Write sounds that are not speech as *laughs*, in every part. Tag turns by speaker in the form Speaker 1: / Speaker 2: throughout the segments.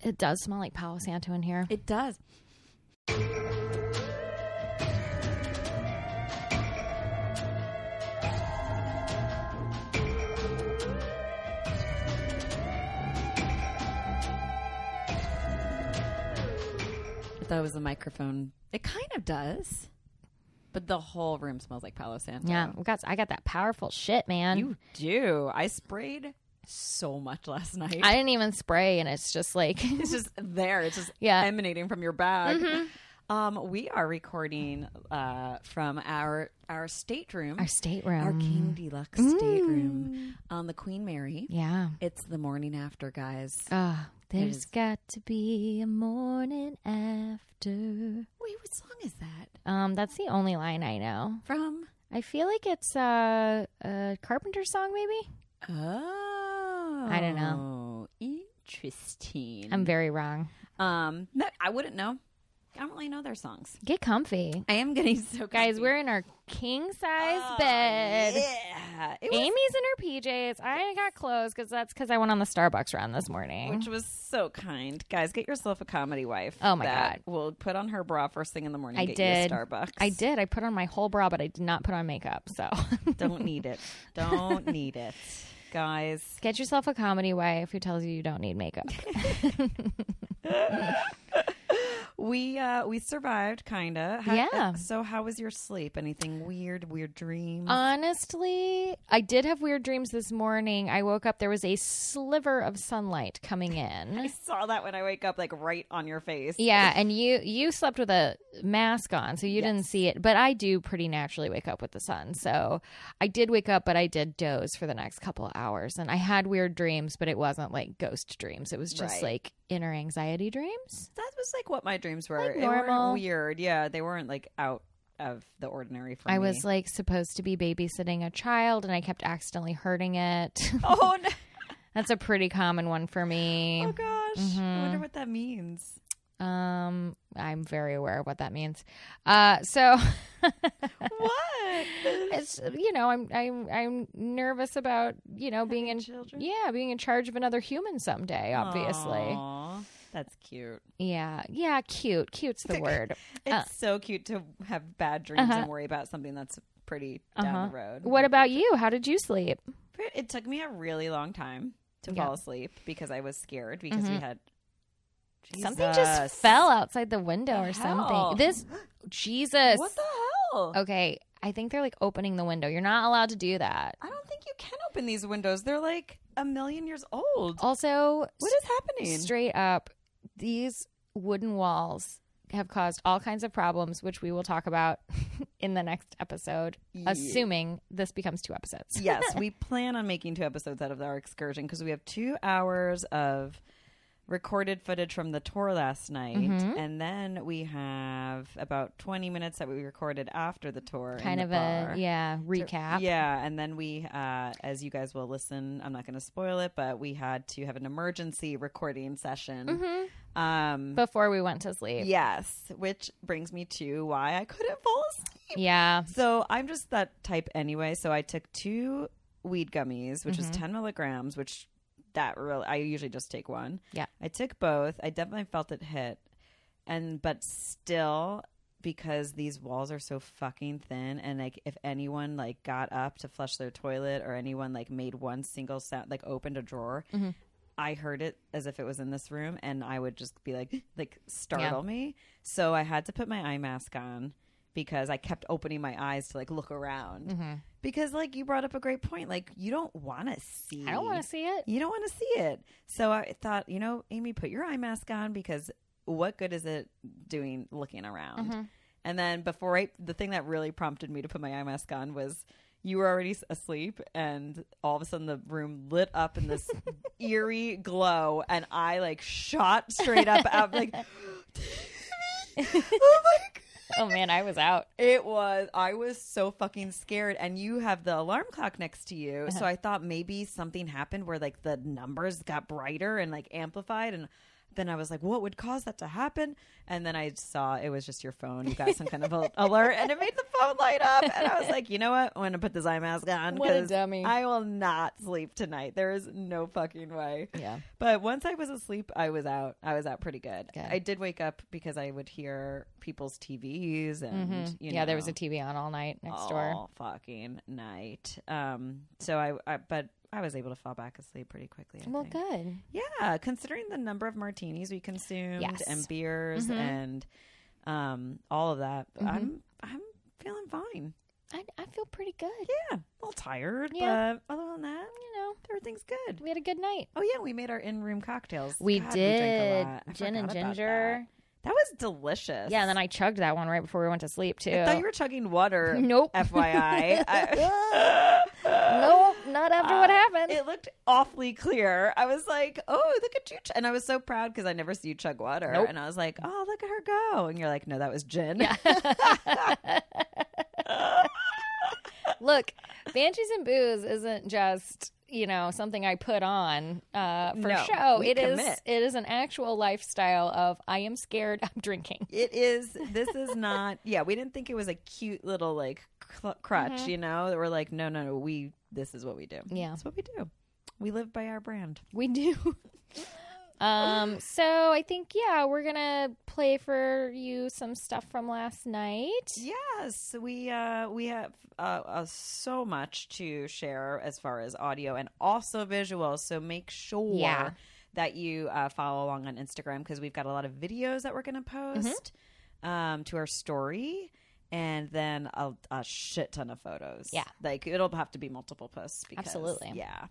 Speaker 1: It does smell like Palo Santo in here.
Speaker 2: It does. I thought it was the microphone. It kind of does. But the whole room smells like Palo Santo.
Speaker 1: yeah, we got I got that powerful shit, man.
Speaker 2: You do. I sprayed so much last night.
Speaker 1: I didn't even spray, and it's just
Speaker 2: *laughs*
Speaker 1: like
Speaker 2: it's just there. It's just
Speaker 1: Yeah. Mm-hmm.
Speaker 2: emanating from your bag. Um, we are recording uh, from our our stateroom,
Speaker 1: our stateroom. Mm.
Speaker 2: our King Deluxe stateroom on the Queen Mary.
Speaker 1: yeah.
Speaker 2: It's the morning after, guys.
Speaker 1: Uh,
Speaker 2: is.
Speaker 1: there's got to be a morning after.
Speaker 2: Wait, what song is that
Speaker 1: Um, that's the only line I know.
Speaker 2: from?
Speaker 1: I feel like it's uh, a Carpenter song, maybe.
Speaker 2: Oh,
Speaker 1: I don't
Speaker 2: know. Interesting.
Speaker 1: I'm very wrong.
Speaker 2: um, no, I wouldn't know. I don't really know their songs.
Speaker 1: Get comfy,
Speaker 2: I am getting so
Speaker 1: guys.
Speaker 2: confused.
Speaker 1: We're in our king size
Speaker 2: Oh,
Speaker 1: bed.
Speaker 2: Yeah, it was
Speaker 1: Amy's in her PJs. I got clothes because that's because I went on the Starbucks run this morning.
Speaker 2: which was so kind. Guys, get yourself a comedy wife.
Speaker 1: Oh, my
Speaker 2: that Will put on her bra first thing in the morning.
Speaker 1: I
Speaker 2: get
Speaker 1: did.
Speaker 2: You a Starbucks.
Speaker 1: I did. I put on my whole bra, but I did not put on makeup. So *laughs*
Speaker 2: don't need it. Don't need it, guys.
Speaker 1: get yourself a comedy wife who tells you you don't need makeup.
Speaker 2: *laughs* We uh we survived, kinda. How, uh,
Speaker 1: Yeah.
Speaker 2: So how was your sleep? Anything weird? Weird
Speaker 1: Um,
Speaker 2: dreams?
Speaker 1: Honestly, I did have weird dreams this morning. I woke up, there was a sliver of sunlight coming
Speaker 2: I
Speaker 1: in.
Speaker 2: saw that when I wake up, like right on your face.
Speaker 1: Yeah, and you you slept with a mask on, so you didn't see it. But I do pretty naturally wake up with the sun. So I did wake up, but I did doze for the next couple of hours. And I had weird dreams, but it wasn't like ghost dreams. It was just
Speaker 2: Right.
Speaker 1: like inner anxiety dreams.
Speaker 2: That was like what my dreams were.
Speaker 1: Like
Speaker 2: They weren't
Speaker 1: normal.
Speaker 2: weird. Yeah, they weren't like out of the ordinary for
Speaker 1: I
Speaker 2: me. *laughs*
Speaker 1: was like supposed to be babysitting a child and I kept accidentally hurting it. *laughs*
Speaker 2: oh no!
Speaker 1: That's a pretty common one for me.
Speaker 2: Oh gosh! I
Speaker 1: Mm-hmm.
Speaker 2: wonder what
Speaker 1: *laughs*
Speaker 2: that means.
Speaker 1: Um, I'm very aware of what that means. Uh, so
Speaker 2: *laughs* What?
Speaker 1: it's you know I'm I'm I'm nervous about you know being in
Speaker 2: children?
Speaker 1: yeah being in charge of another human someday. Obviously, Uh,
Speaker 2: Aw, that's cute.
Speaker 1: yeah, yeah, cute, cute's the
Speaker 2: *laughs*
Speaker 1: word.
Speaker 2: It's so cute to have bad dreams and worry about something that's pretty down the road.
Speaker 1: Uh-huh. What about you? How did you sleep?
Speaker 2: It took me a really long time
Speaker 1: Yeah.
Speaker 2: to
Speaker 1: Mm-hmm.
Speaker 2: fall asleep because I was scared because we had
Speaker 1: Something just
Speaker 2: Jesus.
Speaker 1: fell outside the window or
Speaker 2: hell?
Speaker 1: something.
Speaker 2: *gasps*
Speaker 1: This Jesus.
Speaker 2: What the hell?
Speaker 1: okay, I think they're like opening the window. You're not allowed to do that.
Speaker 2: I don't think you can open these windows. They're like a million years
Speaker 1: Oh,
Speaker 2: old.
Speaker 1: Also,
Speaker 2: What is happening?
Speaker 1: straight up these wooden walls have caused all kinds of problems which we will talk about *laughs* in the next episode assuming this becomes two episodes *laughs*
Speaker 2: *laughs* yes, we plan on making two episodes out of our excursion because we have two hours of recorded footage from the tour last night,
Speaker 1: Mm-hmm.
Speaker 2: and then we have about twenty minutes that we recorded after the tour. in
Speaker 1: kind
Speaker 2: the
Speaker 1: of
Speaker 2: bar.
Speaker 1: a yeah recap
Speaker 2: Yeah, and then we, uh, as you guys will listen, I'm not going to spoil it, but we had to have an emergency recording session.
Speaker 1: Mm-hmm.
Speaker 2: Um,
Speaker 1: before we went to sleep yeah,
Speaker 2: yes, which brings me to why I couldn't fall asleep. So I'm just that type anyway. So I took two weed gummies, which is 10 milligrams, which that really, I usually just take one.
Speaker 1: Yeah.
Speaker 2: I took both. I definitely felt it hit. And, but still, because these walls are so fucking thin, and like if anyone like got up to flush their toilet or anyone like made one single sound, like opened a drawer,
Speaker 1: Mm-hmm.
Speaker 2: I heard it as if it was in this room, and I would just be like, *laughs* like startle me. So I had to put my eye mask on because I kept opening my eyes to like look around.
Speaker 1: Mm-hmm.
Speaker 2: Because like you brought up a great point, like you don't want to see.
Speaker 1: i don't want to see it
Speaker 2: You don't want to see it. So I thought, you know, Amy, put your eye mask on because what good is it doing looking around? And then before I, the thing that really prompted me to put my eye mask on was you were already s- asleep, and all of a sudden the room lit up in this eerie glow, and I like shot straight up out like. *laughs* oh my god!
Speaker 1: oh man i was out
Speaker 2: It was. I was so fucking scared. And you have the alarm clock next to you.
Speaker 1: Uh-huh.
Speaker 2: So I thought maybe something happened where like the numbers got brighter and like amplified. And then I was like, what would cause that to happen? And then I saw it was just your phone. You got some kind
Speaker 1: *laughs*
Speaker 2: of a- alert and it made the phone light up. And I was like, you know what? I'm going to put this eye mask on
Speaker 1: What a
Speaker 2: because
Speaker 1: dummy.
Speaker 2: I will not sleep tonight. There is no fucking way.
Speaker 1: Yeah.
Speaker 2: But once I was asleep, I was out. I was out pretty good.
Speaker 1: Good.
Speaker 2: I did wake up because I would hear people's TVs and you
Speaker 1: yeah, there was
Speaker 2: know,
Speaker 1: a TV on all night next
Speaker 2: all
Speaker 1: door.
Speaker 2: fucking night. Um, so I, I, but I was able to fall back asleep pretty quickly. I
Speaker 1: Well,
Speaker 2: think.
Speaker 1: good.
Speaker 2: yeah, considering the number of martinis we consumed
Speaker 1: Yes. Mm-hmm.
Speaker 2: and beers and um, all of that, I'm I'm feeling fine.
Speaker 1: I, I feel pretty good.
Speaker 2: Yeah, a little tired,
Speaker 1: Yeah.
Speaker 2: but other than that,
Speaker 1: You know,
Speaker 2: everything's good.
Speaker 1: we had a good night.
Speaker 2: Oh yeah, we made our in-room cocktails.
Speaker 1: We
Speaker 2: God, drank
Speaker 1: did
Speaker 2: a lot. I
Speaker 1: gin and
Speaker 2: forgot about
Speaker 1: ginger.
Speaker 2: That. That was delicious.
Speaker 1: Yeah, and then I chugged that one right before we went to sleep too.
Speaker 2: I thought you were chugging water.
Speaker 1: *laughs* Nope. *laughs*
Speaker 2: FYI. I-
Speaker 1: no, not after what happened.
Speaker 2: Uh, It looked awfully clear. I was like, "Oh, look at you!" ch-" And I was so proud because I never see you chug water.
Speaker 1: Nope.
Speaker 2: And I was like, "Oh, look at her go!" And you're like, "No, that was gin."
Speaker 1: Look, Banshees and Booze isn't just you know something I put on uh, for
Speaker 2: No,
Speaker 1: show.
Speaker 2: we
Speaker 1: It is
Speaker 2: commit.
Speaker 1: it is an actual lifestyle of I am scared. I'm drinking.
Speaker 2: *laughs* It is. This is not. Yeah, we didn't think it was a cute little like cl- crutch. You know, we're like, "No, no, no. We. This is what we do.
Speaker 1: Mm-hmm. Yeah.
Speaker 2: that's what we do. We live by our brand."
Speaker 1: We do. *laughs* um. So I think yeah, we're gonna play for you some stuff from last night.
Speaker 2: Yes, we uh, we have uh, uh, so much to share as far as audio and also visual. So make sure
Speaker 1: Yeah.
Speaker 2: that you uh, follow along on Instagram because we've got a lot of videos that we're going to
Speaker 1: Mm-hmm.
Speaker 2: post um, to our story, and then a, a shit ton of photos.
Speaker 1: Yeah.
Speaker 2: like it'll have to be multiple posts. Because,
Speaker 1: Absolutely.
Speaker 2: Yeah.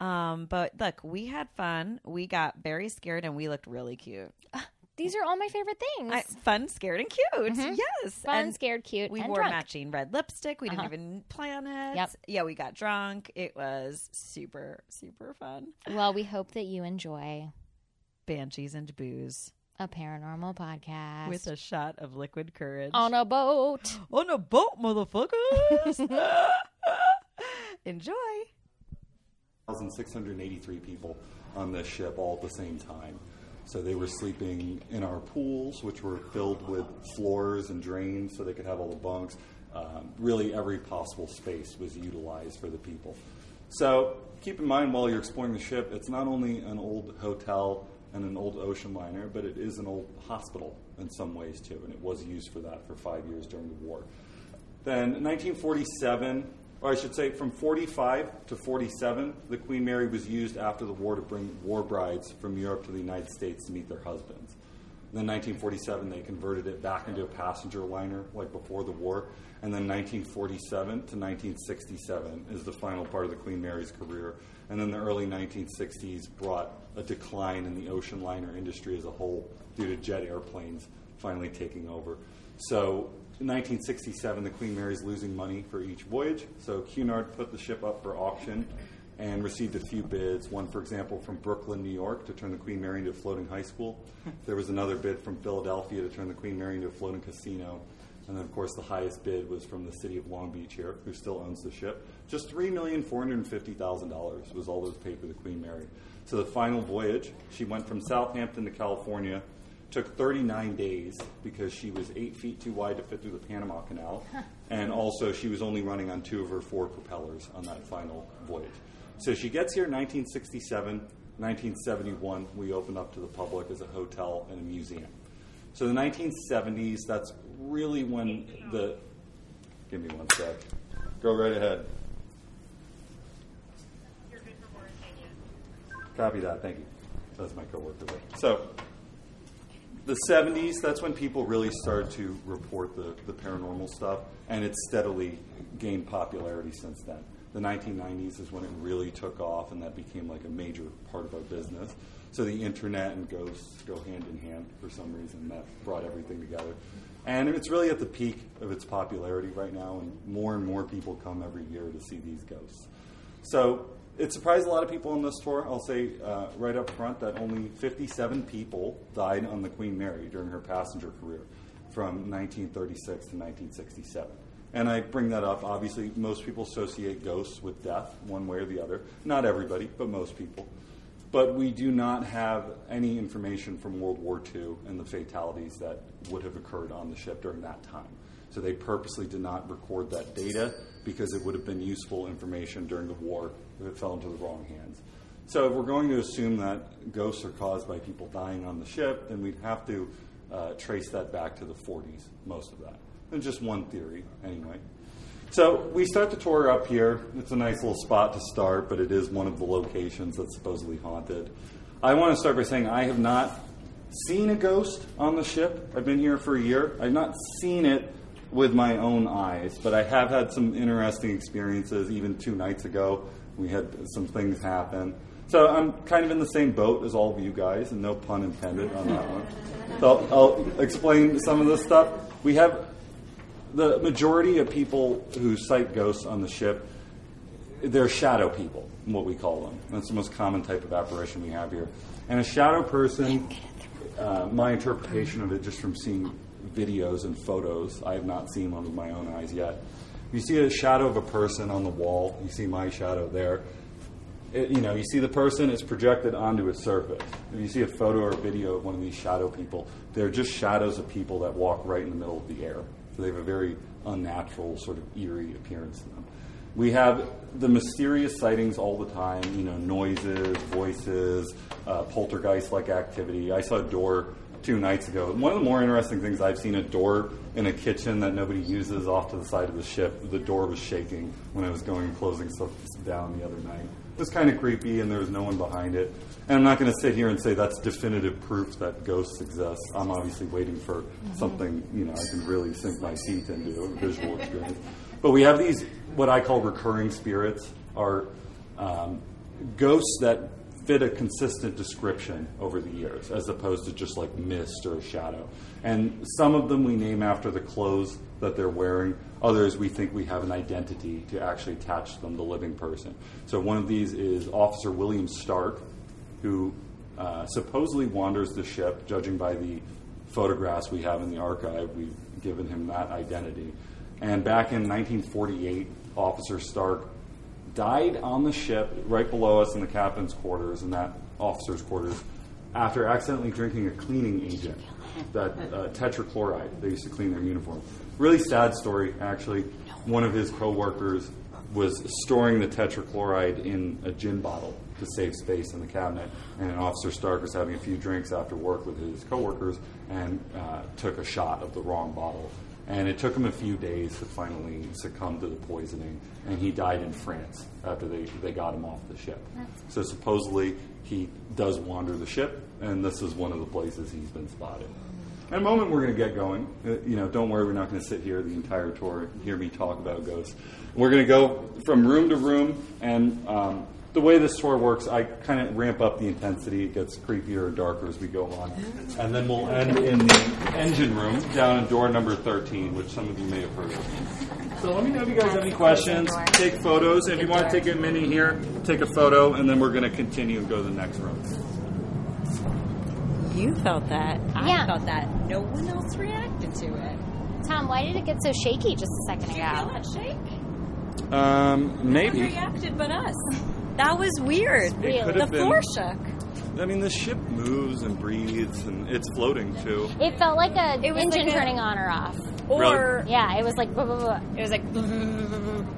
Speaker 2: Um, but look, we had fun. We got very scared, and we looked really cute.
Speaker 1: These are all my favorite things.
Speaker 2: I, fun, scared, and cute. Yes,
Speaker 1: Mm-hmm. Fun,
Speaker 2: and
Speaker 1: scared, cute,
Speaker 2: we
Speaker 1: and
Speaker 2: wore
Speaker 1: drunk. Uh-huh.
Speaker 2: matching red lipstick. We didn't even plan it.
Speaker 1: Yep.
Speaker 2: Yeah, we got drunk. It was super, super fun.
Speaker 1: Well, we hope that you enjoy
Speaker 2: Banshees and booze
Speaker 1: a paranormal podcast
Speaker 2: with a shot of liquid courage
Speaker 1: on a boat.
Speaker 2: on a boat, motherfuckers.
Speaker 1: *laughs*
Speaker 2: Enjoy.
Speaker 3: 1,683 people on this ship all at the same time. So they were sleeping in our pools, which were filled with floors and drains so they could have all the bunks. Um, really, every possible space was utilized for the people. So keep in mind while you're exploring the ship, it's not only an old hotel and an old ocean liner, but it is an old hospital in some ways too, and it was used for that for five years during the war. Then 1947, or I should say from 45 to 47, the Queen Mary was used after the war to bring war brides from Europe to the United States to meet their husbands. Then 1947, they converted it back into a passenger liner like before the war. And then 1947 to 1967 is the final part of the Queen Mary's career. And then the early 1960s brought a decline in the ocean liner industry as a whole due to jet airplanes finally taking over. So in 1967, the Queen Mary's losing money for each voyage. So Cunard put the ship up for auction and received a few bids. One, for example, from Brooklyn, New York, to turn the Queen Mary into a floating high school. There was another bid from Philadelphia to turn the Queen Mary into a floating casino. And then, of course, the highest bid was from the city of Long Beach here, who still owns the ship. Just $3,450,000 was all that was paid for the Queen Mary. So the final voyage, she went from Southampton to California took 39 days because she was eight feet too wide to fit through the Panama Canal, and also she was only running on two of her four propellers on that final voyage. So she gets here in 1967, 1971. We open up to the public as a hotel and a museum. So the 1970s, that's really when the. Give me one sec. Go right ahead. Copy that. Thank you. That's my coworker. there. So the 70s, that's when people really started to report the, the paranormal stuff, and it's steadily gained popularity since then. The 1990s is when it really took off, and that became like a major part of our business. So the internet and ghosts go hand in hand for some reason, and that brought everything together. And it's really at the peak of its popularity right now, and more and more people come every year to see these ghosts. So it surprised a lot of people on this tour. I'll say uh, right up front that only 57 people died on the Queen Mary during her passenger career from 1936 to 1967. And I bring that up. Obviously, most people associate ghosts with death, one way or the other. Not everybody, but most people. But we do not have any information from World War II and the fatalities that would have occurred on the ship during that time. So they purposely did not record that data because it would have been useful information during the war if it fell into the wrong hands. So if we're going to assume that ghosts are caused by people dying on the ship, then we'd have to uh, trace that back to the 40s, most of that. And just one theory, anyway. So we start the tour up here. It's a nice little spot to start, but it is one of the locations that's supposedly haunted. I want to start by saying I have not seen a ghost on the ship. I've been here for a year. I've not seen it with my own eyes, but I have had some interesting experiences. Even two nights ago, we had some things happen. So I'm kind of in the same boat as all of you guys, and no pun intended on that one. So I'll, I'll explain some of this stuff. We have the majority of people who sight ghosts on the ship, they're shadow people, what we call them. That's the most common type of apparition we have here. And a shadow person, uh, my interpretation of it just from seeing videos and photos, I have not seen one with my own eyes yet. You see a shadow of a person on the wall, you see my shadow there. It- you know, you see the person, it's projected onto a surface. If you see a photo or video of one of these shadow people, they're just shadows of people that walk right in the middle of the air. So they have a very unnatural, sort of eerie appearance to them. We have the mysterious sightings all the time, you know, noises, voices, uh, poltergeist like activity. I saw a door two nights ago. One of the more interesting things I've seen a door in a kitchen that nobody uses off to the side of the ship. The door was shaking when I was going and closing stuff down the other night. It was kind of creepy, and there was no one behind it. And I'm not going to sit here and say that's definitive proof that ghosts exist. I'm obviously waiting for something you know I can really sink my teeth into a visual experience. But we have these what I call recurring spirits are um, ghosts that fit a consistent description over the years as opposed to just like mist or a shadow. And some of them we name after the clothes that they're wearing, others we think we have an identity to actually attach them to living person. So one of these is Officer William Stark, who uh, supposedly wanders the ship, judging by the photographs we have in the archive, we've given him that identity. And back in 1948, Officer Stark died on the ship right below us in the captain's quarters and that officer's quarters after accidentally drinking a cleaning agent, that uh, tetrachloride. They used to clean their uniform. Really sad story, actually. One of his coworkers was storing the tetrachloride in a gin bottle to save space in the cabinet, and an Officer Stark was having a few drinks after work with his coworkers and uh, took a shot of the wrong bottle. And it took him a few days to finally succumb to the poisoning, and he died in France after they, they got him off the ship. So supposedly he does wander the ship, and this is one of the places he's been spotted. In a moment, we're going to get going. Uh, You know, don't worry, we're not going to sit here the entire tour and hear me talk about ghosts. We're going to go from room to room, and um, the way this tour works, I kind of ramp up the intensity. It gets creepier and darker as we go on. And then we'll end in the engine room down in door number 13, which some of you may have heard of. So let me know if you guys have any questions. Take photos. If you want to take a mini here, take a photo, and then we're going to continue and go to the next room.
Speaker 2: You felt that. I
Speaker 1: Yeah.
Speaker 2: felt that. No one else reacted to it.
Speaker 1: Tom, why did it get so shaky just a second
Speaker 2: Feel
Speaker 1: ago?
Speaker 2: that shake?
Speaker 3: Um,
Speaker 2: No one
Speaker 3: maybe.
Speaker 2: reacted but us. That was weird.
Speaker 1: It could
Speaker 2: The
Speaker 3: have been-
Speaker 2: floor shook.
Speaker 3: I mean, the ship moves and breathes, and it's floating too.
Speaker 1: It felt like a
Speaker 2: It was
Speaker 1: engine
Speaker 2: like a-
Speaker 1: turning on or off.
Speaker 2: Or
Speaker 1: Yeah, it was like. blah, blah, blah.
Speaker 2: it was like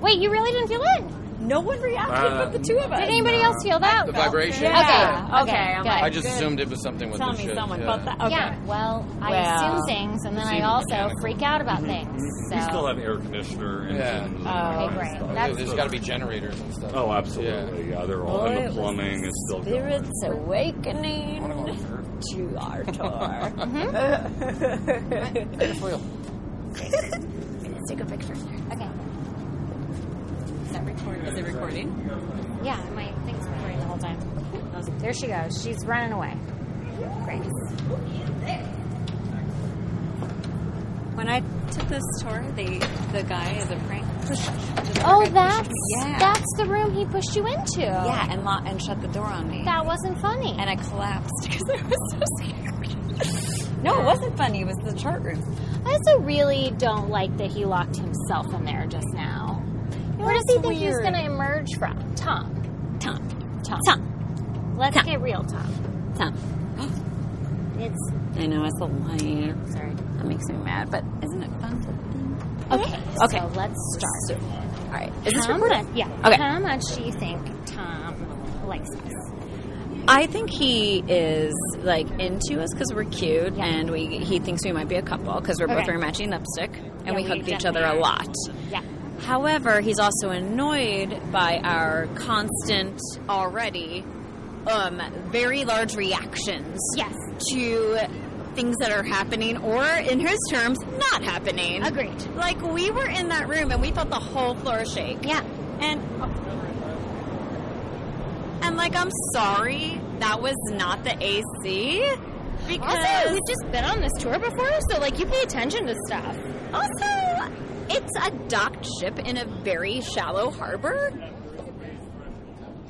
Speaker 1: Wait, you really didn't feel it?
Speaker 2: no one reacted
Speaker 4: Uh,
Speaker 2: but the two of us.
Speaker 1: Did anybody else feel that?
Speaker 4: The vibration?
Speaker 2: Yeah.
Speaker 1: Okay.
Speaker 2: Okay,
Speaker 1: Okay.
Speaker 2: I'm
Speaker 1: good.
Speaker 2: like,
Speaker 4: I just assumed it was something with
Speaker 2: Tell
Speaker 4: the
Speaker 2: me
Speaker 4: shit.
Speaker 2: someone
Speaker 4: yeah.
Speaker 2: felt that. Okay.
Speaker 1: Yeah. Well, I
Speaker 2: Well,
Speaker 1: assume things, and then I
Speaker 4: seemed
Speaker 1: also
Speaker 4: mechanical.
Speaker 1: freak out about
Speaker 4: Mm-hmm.
Speaker 1: things. So.
Speaker 3: We still have air conditioner and
Speaker 4: Yeah.
Speaker 3: and-
Speaker 2: Oh,
Speaker 3: and
Speaker 1: right.
Speaker 3: stuff.
Speaker 4: Yeah,
Speaker 1: That's-
Speaker 4: There's got to be generators and stuff.
Speaker 3: Oh, absolutely. Yeah, they're all.
Speaker 2: Boy,
Speaker 3: And
Speaker 2: it
Speaker 3: the
Speaker 2: was
Speaker 3: plumbing is still going.
Speaker 2: Spirits awakening to our tour.
Speaker 1: Let's take a picture. Mm-hmm, Okay. Is that recording?
Speaker 2: Is it recording?
Speaker 1: Yeah, my thing's recording the whole time. There she goes. She's running away. Great.
Speaker 2: *laughs* When I took this tour, the the guy is a prank.
Speaker 1: Oh, that's
Speaker 2: Yeah.
Speaker 1: that's the room he pushed you into.
Speaker 2: yeah, and lo- and shut the door on me.
Speaker 1: That wasn't funny.
Speaker 2: and I collapsed *laughs* because I was so scared. No, it wasn't funny. It was the chart room.
Speaker 1: I also really don't like that he locked himself in there just now. Where does he
Speaker 2: it's
Speaker 1: think he's
Speaker 2: weird.
Speaker 1: going to emerge from? Tom. Tom. Tom. Let's
Speaker 2: Tom.
Speaker 1: get real, Tom.
Speaker 2: Tom.
Speaker 1: *gasps* It's
Speaker 2: I know it's a light.
Speaker 1: sorry.
Speaker 2: That makes me mad, but isn't it fun to think?
Speaker 1: Okay.
Speaker 2: Okay.
Speaker 1: So let's start.
Speaker 2: So- all right. Is this
Speaker 1: Tom,
Speaker 2: recorded?
Speaker 1: yeah.
Speaker 2: Okay.
Speaker 1: How much do you think Tom likes us?
Speaker 2: I think he is like into us because we're cute, and we he thinks we might be a couple because we're
Speaker 1: Okay.
Speaker 2: both wearing matching lipstick, and
Speaker 1: Yeah,
Speaker 2: we
Speaker 1: we
Speaker 2: hug each
Speaker 1: definitely
Speaker 2: other
Speaker 1: are.
Speaker 2: a lot.
Speaker 1: Yeah.
Speaker 2: However, he's also annoyed by our constant already um, very large reactions
Speaker 1: Yes.
Speaker 2: to things that are happening or in his terms not happening.
Speaker 1: Agreed.
Speaker 2: Like we were in that room and we felt the whole floor shake.
Speaker 1: Yeah.
Speaker 2: And and like I'm sorry, that was not the AC. Because
Speaker 1: Also, we've just been on this tour before, so like you pay attention to stuff.
Speaker 2: Also, it's a docked ship in a very shallow harbor.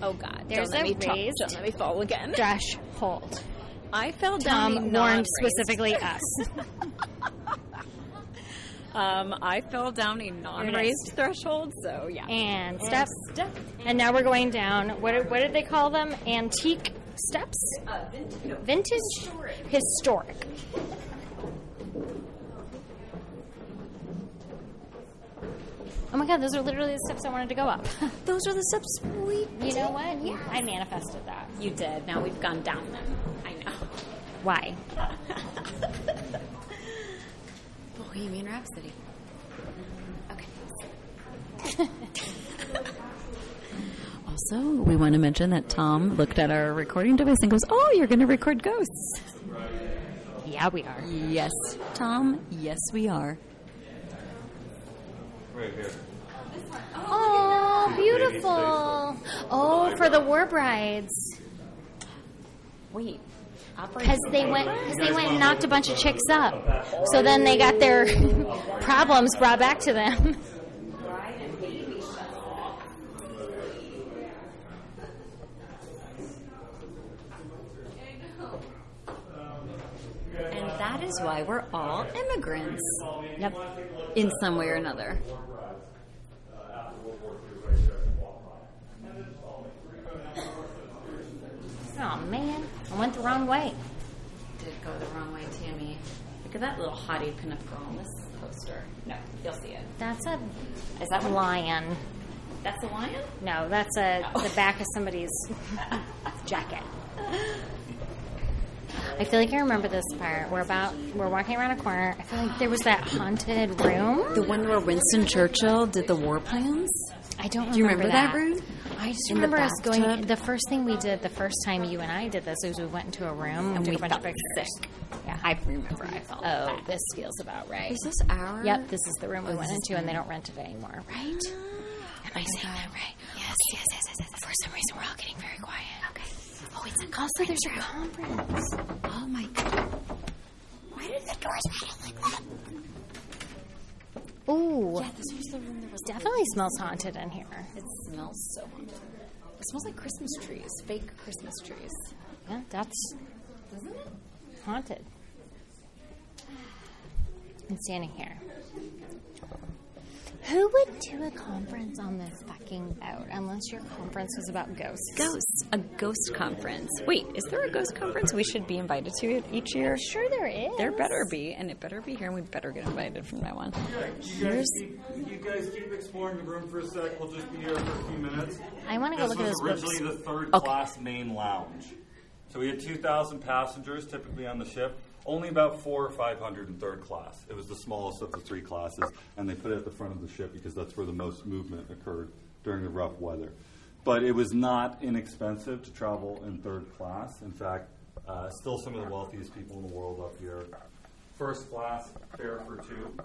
Speaker 2: Oh God!
Speaker 1: There's
Speaker 2: don't let
Speaker 1: a
Speaker 2: me talk-
Speaker 1: raised-
Speaker 2: don't let me fall again.
Speaker 1: Threshold.
Speaker 2: I fell down.
Speaker 1: Tom
Speaker 2: the
Speaker 1: warned
Speaker 2: non-raised-
Speaker 1: specifically *laughs*
Speaker 2: uh,
Speaker 1: us.
Speaker 2: Um, I fell down a non-raised threshold, so yeah.
Speaker 1: and steps. And now we're going down. What did- what did they call them? Antique steps. Uh, vintage, historic. Oh my god, those are literally the steps I wanted to go up. *laughs*
Speaker 2: Those are the steps we.
Speaker 1: you know what? Yeah, I manifested that.
Speaker 2: You did. Now we've gone down them. I know.
Speaker 1: Why?
Speaker 2: Bohemian Rhapsody. Okay.
Speaker 5: *laughs*
Speaker 2: also, we want to mention that Tom looked at our recording device and goes, "Oh, you're going to record ghosts."
Speaker 1: Yeah, we are.
Speaker 2: Yes, Tom. Yes, we are.
Speaker 3: Right here.
Speaker 1: Oh, beautiful. Oh, for the war brides.
Speaker 2: Wait.
Speaker 1: because they went cause they went and knocked a bunch of chicks up. So then they got their *laughs* problems brought back to them.
Speaker 2: And that is why we're all immigrants. Yep. In some way or another.
Speaker 1: Oh man, I went the wrong way.
Speaker 2: Did go the wrong way, Tammy. Look at that little hottie pinup girl on this poster. No, you'll see it.
Speaker 1: That's a
Speaker 2: Is that one?
Speaker 1: lion.
Speaker 2: That's a lion?
Speaker 1: No, that's a the back of
Speaker 2: *laughs*
Speaker 1: somebody's jacket. I feel like I remember this part. We're about we're walking around a corner. I feel like there was that haunted room.
Speaker 2: The one where Winston Churchill did the war plans?
Speaker 1: I don't remember.
Speaker 2: Do you remember that room?
Speaker 1: I just
Speaker 2: In the
Speaker 1: remember us going.
Speaker 2: bathtub?
Speaker 1: The first thing we did the first time you and I did this is we went into a room and, took a bunch of pictures.
Speaker 2: sick.
Speaker 1: Yeah.
Speaker 2: I remember I felt
Speaker 1: Oh, this feels about right.
Speaker 2: Is this our?
Speaker 1: Yep, this is the room we
Speaker 2: Oh,
Speaker 1: went
Speaker 2: this Oh is
Speaker 1: into, and they don't rent it anymore, right? Am I saying that right? Yes, yes, yes, yes, For some reason, we're all getting very quiet. Okay. Oh, it's a also there's a conference.
Speaker 2: Oh my god. Why did the doors rattle like that?
Speaker 1: Ooh,
Speaker 2: Yeah, this was the room that was
Speaker 1: definitely smells haunted in here.
Speaker 2: It smells so haunted. It smells like Christmas trees, fake Christmas trees.
Speaker 1: Yeah, that's
Speaker 2: Doesn't it?
Speaker 1: haunted. I'm standing here. Who would do a conference on this fucking boat unless your conference was about ghosts?
Speaker 2: Ghosts. A ghost conference. Wait, is there a ghost conference we should be invited to it each year?
Speaker 1: Sure, there is.
Speaker 2: There better be, and it better be here, and we better get invited from now on.
Speaker 5: You guys, keep, you guys keep exploring the room for a sec. We'll just be here for a few minutes.
Speaker 1: I want to go
Speaker 5: This
Speaker 1: look at
Speaker 5: was
Speaker 1: those
Speaker 5: originally
Speaker 1: books.
Speaker 5: the third class main lounge.
Speaker 3: So we had 2,000 passengers typically on the ship. Only about four or 500 in third class. It was the smallest of the three classes, and they put it at the front of the ship because that's where the most movement occurred during the rough weather. But it was not inexpensive to travel in third class. In fact, uh, still some of the wealthiest people in the world up here. First class fare for two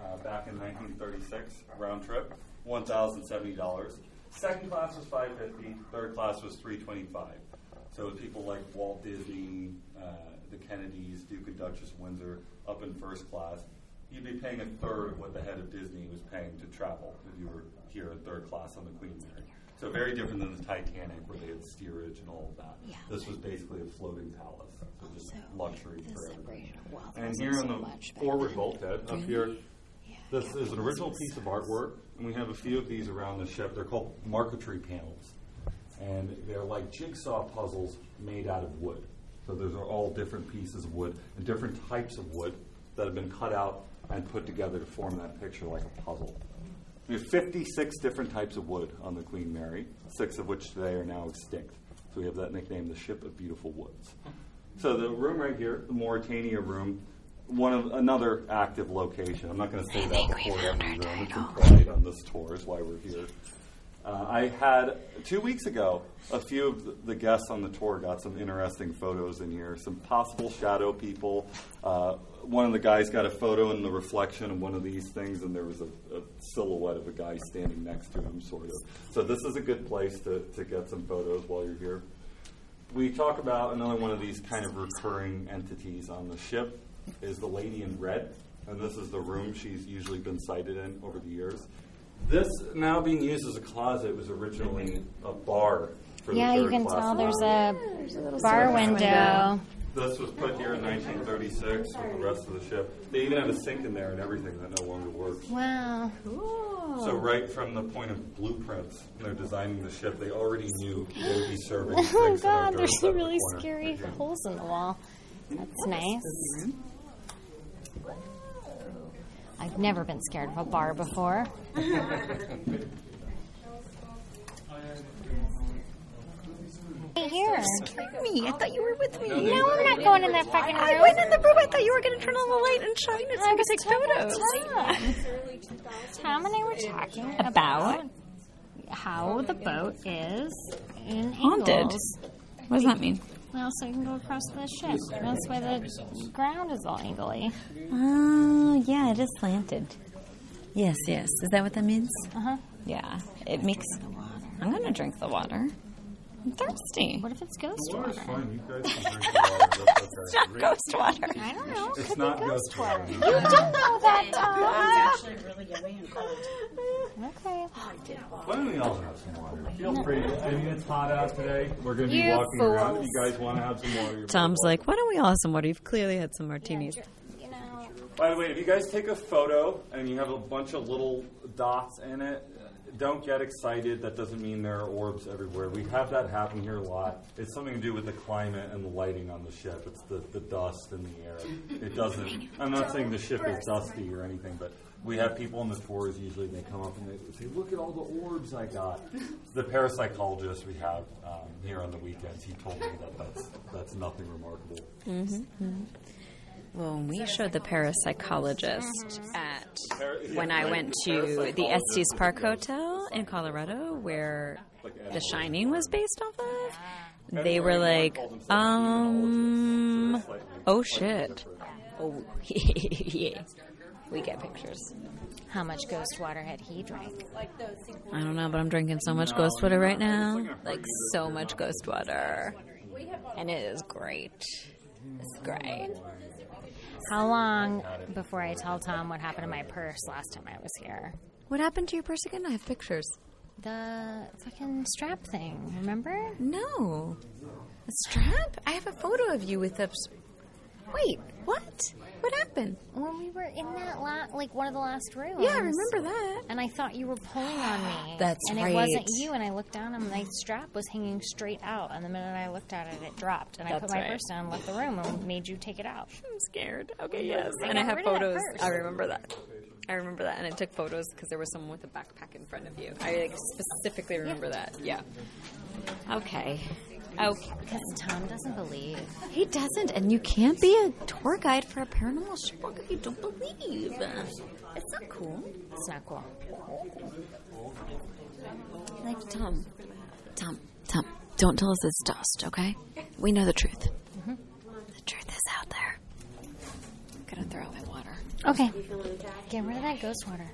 Speaker 3: uh, back in 1936 round trip, $1,070. Second class was 550. Third class was 325. So with people like Walt Disney, uh, the Kennedys, Duke and Duchess of Windsor, up in first class, you'd be paying a third of what the head of Disney was paying to travel if you were here in third class on the Queen Mary. So very different than the Titanic, where they had steerage and all of that. This was basically a floating palace, so just luxury for everybody. And here on the forward bulkhead, up here, this is an original piece of artwork, and we have a few of these around the ship. They're called marquetry panels. and they're like jigsaw puzzles made out of wood. So those are all different pieces of wood and different types of wood that have been cut out and put together to form that picture like a puzzle. There's 56 different types of wood on the Queen Mary, six of which today are now extinct. So we have that nickname, the Ship of Beautiful Woods. So the room right here, the Mauritania room, one of another active location. I'm not going to say that before every room. It's implied on this tour is why we're here. Uh, I had two weeks ago. A few of th- the guests on the tour got some interesting photos in here. Some possible shadow people. Uh, one of the guys got a photo in the reflection of one of these things, and there was a, a silhouette of a guy standing next to him, sort of. So this is a good place to, to get some photos while you're here. We talk about another one of these kind of recurring entities on the ship is the lady in red, and this is the room she's usually been sighted in over the years. This now being used as a closet was originally a bar for
Speaker 1: Yeah,
Speaker 3: the
Speaker 1: you
Speaker 3: third
Speaker 1: can
Speaker 3: class
Speaker 1: tell there's
Speaker 3: lounge.
Speaker 1: a bar window.
Speaker 3: This was put here in 1936 with the rest of the ship. They even have a sink in there and everything that no longer works.
Speaker 1: Wow.
Speaker 3: So right from the point of blueprints, when they're designing the ship, they already
Speaker 1: *gasps*
Speaker 3: knew they would be serving. drinks in
Speaker 1: Oh
Speaker 3: our
Speaker 1: god,
Speaker 3: third
Speaker 1: there's *laughs*
Speaker 3: separate
Speaker 1: really
Speaker 3: corner.
Speaker 1: scary holes in the wall. That's nice. I've never been scared of a bar before. Hey, here.
Speaker 5: Me, I thought you were with me.
Speaker 1: No, I'm not going in that fucking room.
Speaker 5: in the room. I thought you were going to turn on the light and shine it so I could take photos.
Speaker 1: Tom and I were talking about how the boat is in
Speaker 5: Haunted.
Speaker 1: Angles.
Speaker 5: What does that mean?
Speaker 1: Well, so you can go across the ship. That's why the ground is all angly.
Speaker 5: Oh, yeah, it is slanted. Yes, yes. Is that what that means? Uh huh. Yeah, it makes. I'm going to drink the water. I'm thirsty.
Speaker 1: What if it's ghost
Speaker 3: Water's
Speaker 1: water?
Speaker 3: fine. You guys can drink the water. That's okay. Really?
Speaker 5: Ghost water.
Speaker 1: I don't know.
Speaker 3: It's
Speaker 1: Could
Speaker 3: not
Speaker 1: be ghost,
Speaker 3: ghost
Speaker 1: water.
Speaker 3: water.
Speaker 1: You don't know
Speaker 5: *laughs*
Speaker 1: that, Tom. okay.
Speaker 3: Why don't we all have some water? Feel free. I mean, it's hot out today. We're going to be
Speaker 1: You
Speaker 3: walking around.
Speaker 1: fools.
Speaker 3: You guys want to have some water? you're
Speaker 5: Tom's
Speaker 3: welcome.
Speaker 5: like, why don't we all have some water? You've clearly had some martinis.
Speaker 1: You know,
Speaker 3: By the way, if you guys take a photo and you have a bunch of little dots in it, don't get excited. That doesn't mean there are orbs everywhere. We have that happen here a lot. It's something to do with the climate and the lighting on the ship. It's the, the dust in the air. It doesn't. I'm not saying the ship is dusty or anything, but we have people on the tours usually. They come up and they say, "Look at all the orbs I got." The parapsychologist we have um, here on the weekends, he told me that that's that's nothing remarkable.
Speaker 5: Well, we showed the parapsychologist
Speaker 2: mm-hmm.
Speaker 5: at
Speaker 3: Para- yeah,
Speaker 5: when I
Speaker 3: like
Speaker 5: went
Speaker 3: the
Speaker 5: to the
Speaker 3: parapsychologist
Speaker 5: Estes
Speaker 3: is
Speaker 5: Park
Speaker 3: the-
Speaker 5: Hotel in Colorado, where
Speaker 3: Like
Speaker 5: The
Speaker 3: animal-
Speaker 5: Shining was based off of. They
Speaker 3: Everyone
Speaker 5: were like,
Speaker 3: called themselves
Speaker 5: um,
Speaker 3: demonologists, so it's like-
Speaker 5: oh
Speaker 3: like
Speaker 5: shit,
Speaker 3: different.
Speaker 5: oh *laughs* yeah, we get pictures.
Speaker 1: how much ghost water had he drank?
Speaker 5: I don't know, but I'm drinking so much ghost water right now, like so much ghost water, and it is great. It's great.
Speaker 1: How long before I tell Tom what happened to my purse last time I was here?
Speaker 5: What happened to your purse again? I have pictures.
Speaker 1: The fucking strap thing, remember?
Speaker 5: No, a strap. I have a photo of you with a. s- Wait, what? What happened?
Speaker 1: When we were in that lot, like one of the last rooms.
Speaker 5: Yeah, I remember that.
Speaker 1: And I thought you were pulling on me.
Speaker 5: *gasps* That's
Speaker 1: and
Speaker 5: right.
Speaker 1: it wasn't you. And I looked down, and my strap was hanging straight out. And the minute I looked at it, it dropped. And I put
Speaker 5: That's
Speaker 1: my
Speaker 5: right.
Speaker 1: purse down, and left the room, and made you take it out.
Speaker 5: I'm scared. Okay, yes.
Speaker 1: I
Speaker 5: And I
Speaker 1: got
Speaker 5: have
Speaker 1: rid of that
Speaker 5: photos.
Speaker 1: purse.
Speaker 5: I remember that. I remember that. And I took photos because there was someone with a backpack in front of you. I like, specifically remember that. Yeah. Okay. Okay.
Speaker 1: Because Tom doesn't believe.
Speaker 5: He doesn't. And you can't be a tour guide for a paranormal shipwreck if you don't believe. It's not cool.
Speaker 1: It's not cool.
Speaker 6: Like Tom. Tom, Tom, don't tell us it's dust, okay? We know the truth.
Speaker 1: Mm-hmm.
Speaker 6: The truth is out there. I'm gonna throw away water.
Speaker 1: Okay. Get rid of that ghost water.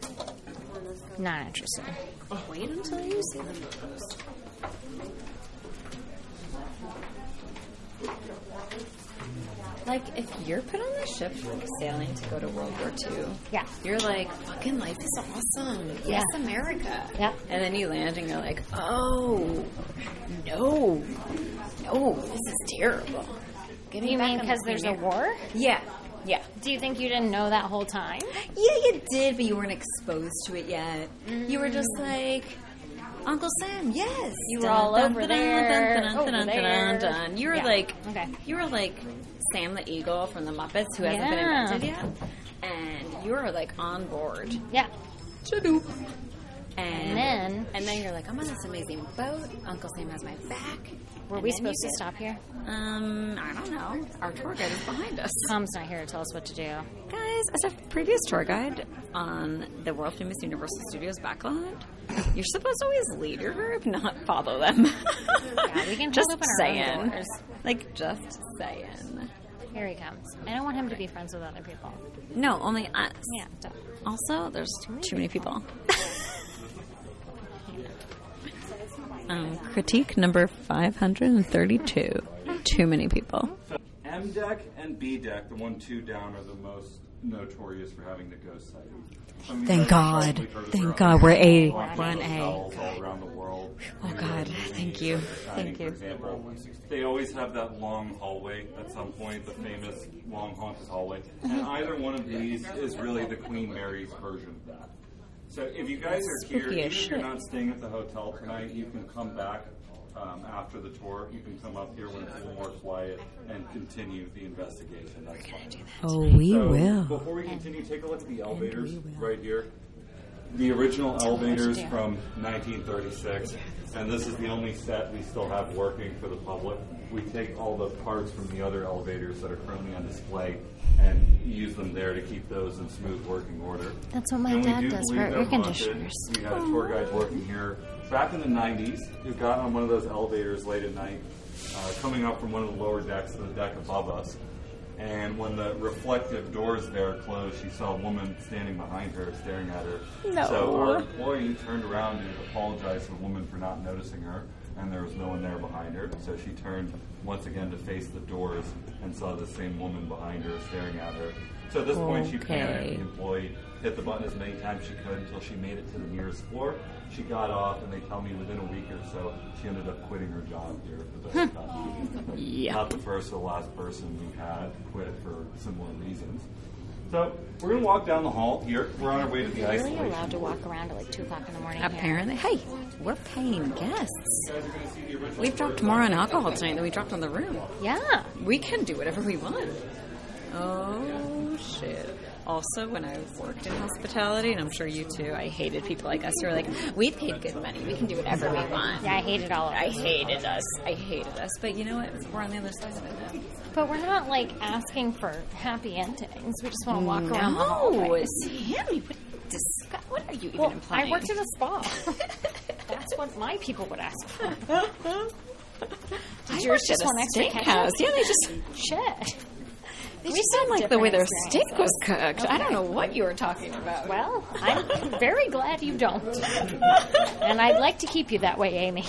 Speaker 1: Not interested.
Speaker 6: Wait until you see the photos.
Speaker 5: Like, if you're put on the ship like, sailing to go to World War II,
Speaker 1: Yeah.
Speaker 5: you're like, fucking life is awesome. Yes, America.
Speaker 1: Yeah.
Speaker 5: And then you land and you're like, oh, no. No, this is terrible. Give me
Speaker 1: You
Speaker 5: back
Speaker 1: mean
Speaker 5: on
Speaker 1: because
Speaker 5: the
Speaker 1: there's a
Speaker 5: plane.
Speaker 1: war?
Speaker 5: Yeah, yeah.
Speaker 1: Do you think you didn't know that whole time?
Speaker 5: Yeah, you did, but you weren't exposed to it yet. You were just like, Uncle Sam, yes.
Speaker 1: Mm. You were all over there. Over there.
Speaker 5: You were
Speaker 1: Yeah.
Speaker 5: like,
Speaker 1: Okay.
Speaker 5: you were like Sam the Eagle from the Muppets who hasn't been
Speaker 1: Yeah.
Speaker 5: invented yet, and you were like on board.
Speaker 1: Yeah.
Speaker 5: And,
Speaker 1: then-
Speaker 5: and then you're like, I'm on this amazing boat. Uncle Sam has my back.
Speaker 1: Were
Speaker 5: And
Speaker 1: we
Speaker 5: then you
Speaker 1: supposed to
Speaker 5: get-
Speaker 1: stop here?
Speaker 5: Um, I don't know. Our tour guide is behind us.
Speaker 1: Tom's not here to tell us what to do.
Speaker 5: Guys, as a previous tour guide on the world famous Universal Studios backlot, you're supposed to always lead your group, not follow them. *laughs*
Speaker 1: we can hold
Speaker 5: just
Speaker 1: open our
Speaker 5: saying,
Speaker 1: own doors.
Speaker 5: like just saying.
Speaker 1: Here he comes. I don't want him to be friends with other people.
Speaker 5: No, only us.
Speaker 1: Yeah. don't.
Speaker 5: Also, there's too many people. um, critique number five hundred and thirty-two. too many people.
Speaker 3: M deck and B deck, the one two down, are the most notorious for having the ghost sighting. I mean,
Speaker 5: Thank
Speaker 3: that's probably
Speaker 5: God.
Speaker 3: because
Speaker 5: Thank
Speaker 3: they're on
Speaker 5: God, we're A.
Speaker 3: lots of
Speaker 5: We're on A.
Speaker 3: hotels All around the world.
Speaker 5: Oh, God. Thank you. Thank
Speaker 3: For
Speaker 5: you.
Speaker 3: example, they always have that long hallway at some point, the famous long haunted hallway. And either one of these is really the Queen Mary's version of that. So if you guys are here,
Speaker 5: Spooky
Speaker 3: even
Speaker 5: as
Speaker 3: if you're
Speaker 5: shit.
Speaker 3: not staying at the hotel tonight, you can come back um, after the tour. You can come up here when it's a little more quiet and continue the investigation. That's fine.
Speaker 5: Oh, we
Speaker 3: So,
Speaker 5: will.
Speaker 3: Before we continue, take a look at the elevators right here. The original elevators from 1936, and this is the only set we still have working for the public. We take all the parts from the other elevators that are currently on display and use them there to keep those in smooth working order.
Speaker 1: That's what my
Speaker 3: And we
Speaker 1: dad
Speaker 3: do
Speaker 1: does
Speaker 3: believe
Speaker 1: for
Speaker 3: they're
Speaker 1: air
Speaker 3: haunted.
Speaker 1: conditioners.
Speaker 3: We had a tour guide working here back in the 90s who got on one of those elevators late at night, uh, coming up from one of the lower decks to the deck above us. And when the reflective doors there closed, she saw a woman standing behind her staring at her. No. So our employee turned around and apologized to the woman for not noticing her, and there was no one there behind her. So she turned once again to face the doors and saw the same woman behind her staring at her. So at this point, she
Speaker 5: Okay.
Speaker 3: panicked employee hit the button as many times she could until she made it to the nearest floor. She got off, and they tell me within a week or so, she ended up quitting her job here at the restaurant. But Not the first or the last person we had quit for similar reasons. So we're gonna walk down the hall here. We're on our way to the
Speaker 1: Are you
Speaker 3: isolation.
Speaker 1: allowed to walk around at like two o'clock in the morning? here?
Speaker 5: Apparently, hey, we're paying guests. We've dropped more on alcohol tonight than we dropped on the room.
Speaker 1: Yeah.
Speaker 5: We can do whatever we want. Oh shit. Also, when I worked in hospitality, and I'm sure you too, I hated people like us who were like, "We paid good money. We can do whatever we want."
Speaker 1: Yeah, I hate it all.
Speaker 5: I hated us. I hated us. But you know what? We're on the other side of it now.
Speaker 1: But we're not like asking for happy endings. We just want to walk around. the
Speaker 5: No,
Speaker 1: hallway.
Speaker 5: Sammy, what, disgu- what are you even
Speaker 1: Well,
Speaker 5: implying?
Speaker 1: I worked at a
Speaker 5: *laughs*
Speaker 1: spa. That's what my people would ask for.
Speaker 5: I
Speaker 1: yours
Speaker 5: worked
Speaker 1: just
Speaker 5: at a
Speaker 1: want extra
Speaker 5: steakhouse.
Speaker 1: ketchup?
Speaker 5: Yeah, they just
Speaker 1: Shit.
Speaker 5: they
Speaker 1: We
Speaker 5: just
Speaker 1: have
Speaker 5: sound like the way their
Speaker 1: different
Speaker 5: steak was cooked. I don't know what you were talking about.
Speaker 1: Well, I'm very glad you don't. And I'd like to keep you that way, Amy.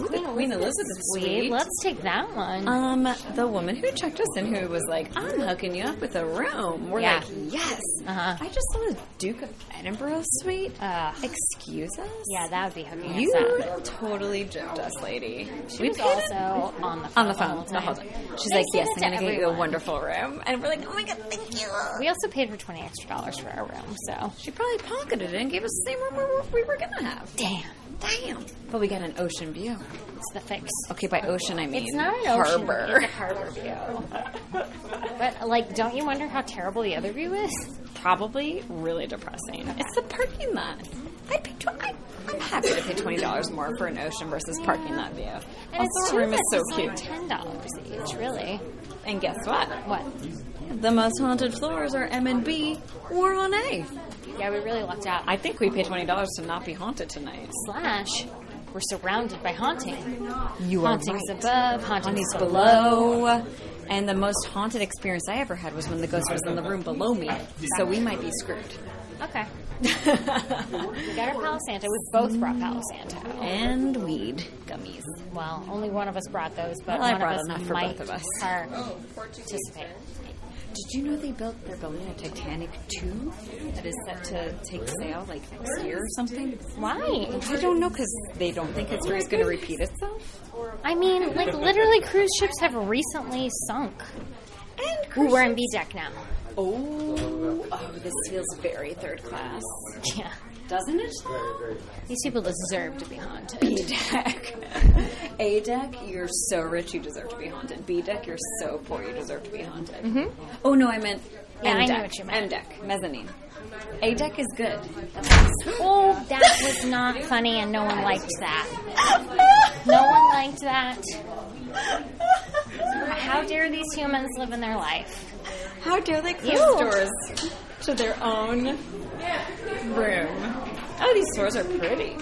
Speaker 5: Ooh, the Queen Elizabeth
Speaker 1: Sweet. Let's take that one.
Speaker 5: Um, the woman who checked us in, who was like, "I'm hooking you up with a room," we're
Speaker 1: Yeah.
Speaker 5: like, "Yes."
Speaker 1: Uh-huh.
Speaker 5: I just saw the Duke of Edinburgh suite.
Speaker 1: Uh,
Speaker 5: Excuse us?
Speaker 1: yeah, that would be hooking
Speaker 5: you
Speaker 1: us up.
Speaker 5: totally gypped us, lady.
Speaker 1: She was also on the phone.
Speaker 5: on the phone the whole time. She's like,
Speaker 1: They say
Speaker 5: "Yes,
Speaker 1: that
Speaker 5: I'm
Speaker 1: to
Speaker 5: going to get you a
Speaker 1: everyone.
Speaker 5: wonderful room," and we're like, "Oh my god, thank you."
Speaker 1: We also paid her twenty extra dollars for our room, so
Speaker 5: She probably pocketed it and gave us the same room we were, we were gonna have.
Speaker 1: damn,
Speaker 5: Damn. But we got an ocean view.
Speaker 1: it's the fix.
Speaker 5: Okay, by ocean I mean
Speaker 1: It's not an ocean
Speaker 5: harbor.
Speaker 1: view, it's a harbor view. but like, don't you wonder how terrible the other view is?
Speaker 5: probably really depressing. It's the parking lot. I pay tw- I, I'm happy to pay twenty dollars more for an ocean versus parking lot view.
Speaker 1: And it's
Speaker 5: also,
Speaker 1: true
Speaker 5: our room is so
Speaker 1: that
Speaker 5: cute.
Speaker 1: it's only ten dollars each, really.
Speaker 5: And guess what?
Speaker 1: What?
Speaker 5: The most haunted floors are M and B. We're on A.
Speaker 1: Yeah, we really lucked out.
Speaker 5: I think we paid twenty dollars to not be haunted tonight.
Speaker 1: Slash, we're surrounded by haunting.
Speaker 5: You
Speaker 1: Hauntings above, hauntings below.
Speaker 5: Below. And the most haunted experience I ever had was when the ghost was in the room below me. So we might be screwed.
Speaker 1: Okay, we got our Palo Santo. We both brought Palo Santo.
Speaker 5: and weed gummies.
Speaker 1: Well, only one of us brought those, but
Speaker 5: Well, I
Speaker 1: one
Speaker 5: brought
Speaker 1: of us
Speaker 5: enough for
Speaker 1: might
Speaker 5: both of us.
Speaker 1: participate.
Speaker 5: Did you know they built they're building a Titanic two that is set to take sail like next year or something?
Speaker 1: Why?
Speaker 5: I don't know because they don't think history's going to repeat itself.
Speaker 1: I mean, like literally, cruise ships have recently sunk.
Speaker 5: And
Speaker 1: Ooh, we're in B deck now. *laughs*
Speaker 5: oh, oh, this feels very third class.
Speaker 1: Yeah. doesn't it? These people deserve to be haunted.
Speaker 5: B deck. *laughs* A deck, you're so rich, you deserve to be haunted. B deck, you're so poor, you deserve to be haunted. Oh no, I meant
Speaker 1: Mm-hmm. Yeah,
Speaker 5: M
Speaker 1: I
Speaker 5: deck.
Speaker 1: knew what you meant.
Speaker 5: M deck, mezzanine. A deck is good.
Speaker 1: Oh, that was not funny, and no one liked that. No one liked that. How dare these humans live in their life?
Speaker 5: How dare they close
Speaker 1: Ew.
Speaker 5: doors to their own room? Oh, these stores are pretty.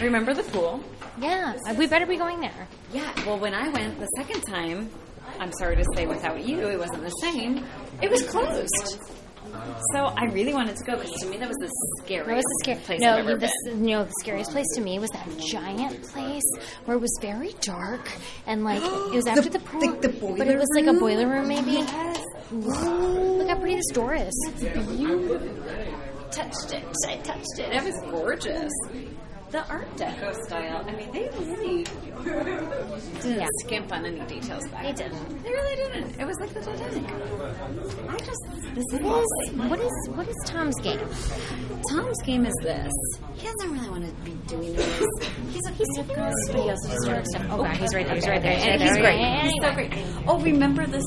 Speaker 5: Remember the pool?
Speaker 1: Yeah, uh, we better be going there.
Speaker 5: Yeah, well, when I went the second time, I'm sorry to say without you, it wasn't the same. It was closed. So I really wanted to go because to me that was the scariest
Speaker 1: That was the scary
Speaker 5: place
Speaker 1: No,
Speaker 5: I've ever
Speaker 1: you, the,
Speaker 5: been.
Speaker 1: no, the scariest place to me was that giant place where it was very dark and like it
Speaker 5: *gasps*
Speaker 1: was after the, prom, but it was like a boiler room maybe. Look how pretty this door is.
Speaker 5: touched it. I touched it. It was gorgeous. The Art Deco style. I mean, they really didn't
Speaker 1: Yeah.
Speaker 5: skimp on any details back
Speaker 1: They
Speaker 5: then.
Speaker 1: didn't.
Speaker 5: They really didn't. It was like the Titanic. I just this is
Speaker 1: What
Speaker 5: lovely.
Speaker 1: is, what is what is Tom's game?
Speaker 5: Tom's game is this.
Speaker 7: He doesn't really want to be doing
Speaker 5: *laughs*
Speaker 7: this.
Speaker 1: He's he's doing this, but he also just doing stuff. Oh god, he's right there. He's right there. He's, right
Speaker 5: And
Speaker 1: there.
Speaker 5: he's great.
Speaker 1: Yeah,
Speaker 5: He's so
Speaker 1: anyway.
Speaker 5: great. Oh, remember this?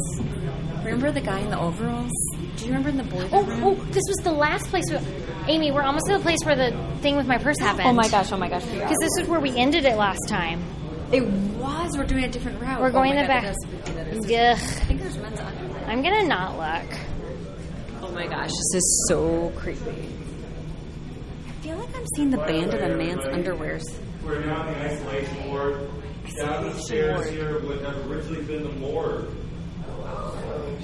Speaker 5: Remember the guy in the overalls? Do you remember in the boiler room?
Speaker 1: Oh, oh, this was the last place. We, Amy, we're almost to the place where the thing with my purse happened.
Speaker 5: Oh my gosh! Oh my gosh! we are.
Speaker 1: Because this is where we ended it last time.
Speaker 5: It was. We're doing a different route.
Speaker 1: We're going
Speaker 5: oh my
Speaker 1: the
Speaker 5: God,
Speaker 1: back.
Speaker 5: that is spooky, that is spooky.
Speaker 1: Ugh,
Speaker 5: I think there's men's underwear.
Speaker 1: I'm gonna not look.
Speaker 5: Oh my gosh, this is so creepy. I feel like I'm seeing the band of a man's underwears.
Speaker 3: We're now in the isolation ward. Down the stairs here would have originally been the morgue.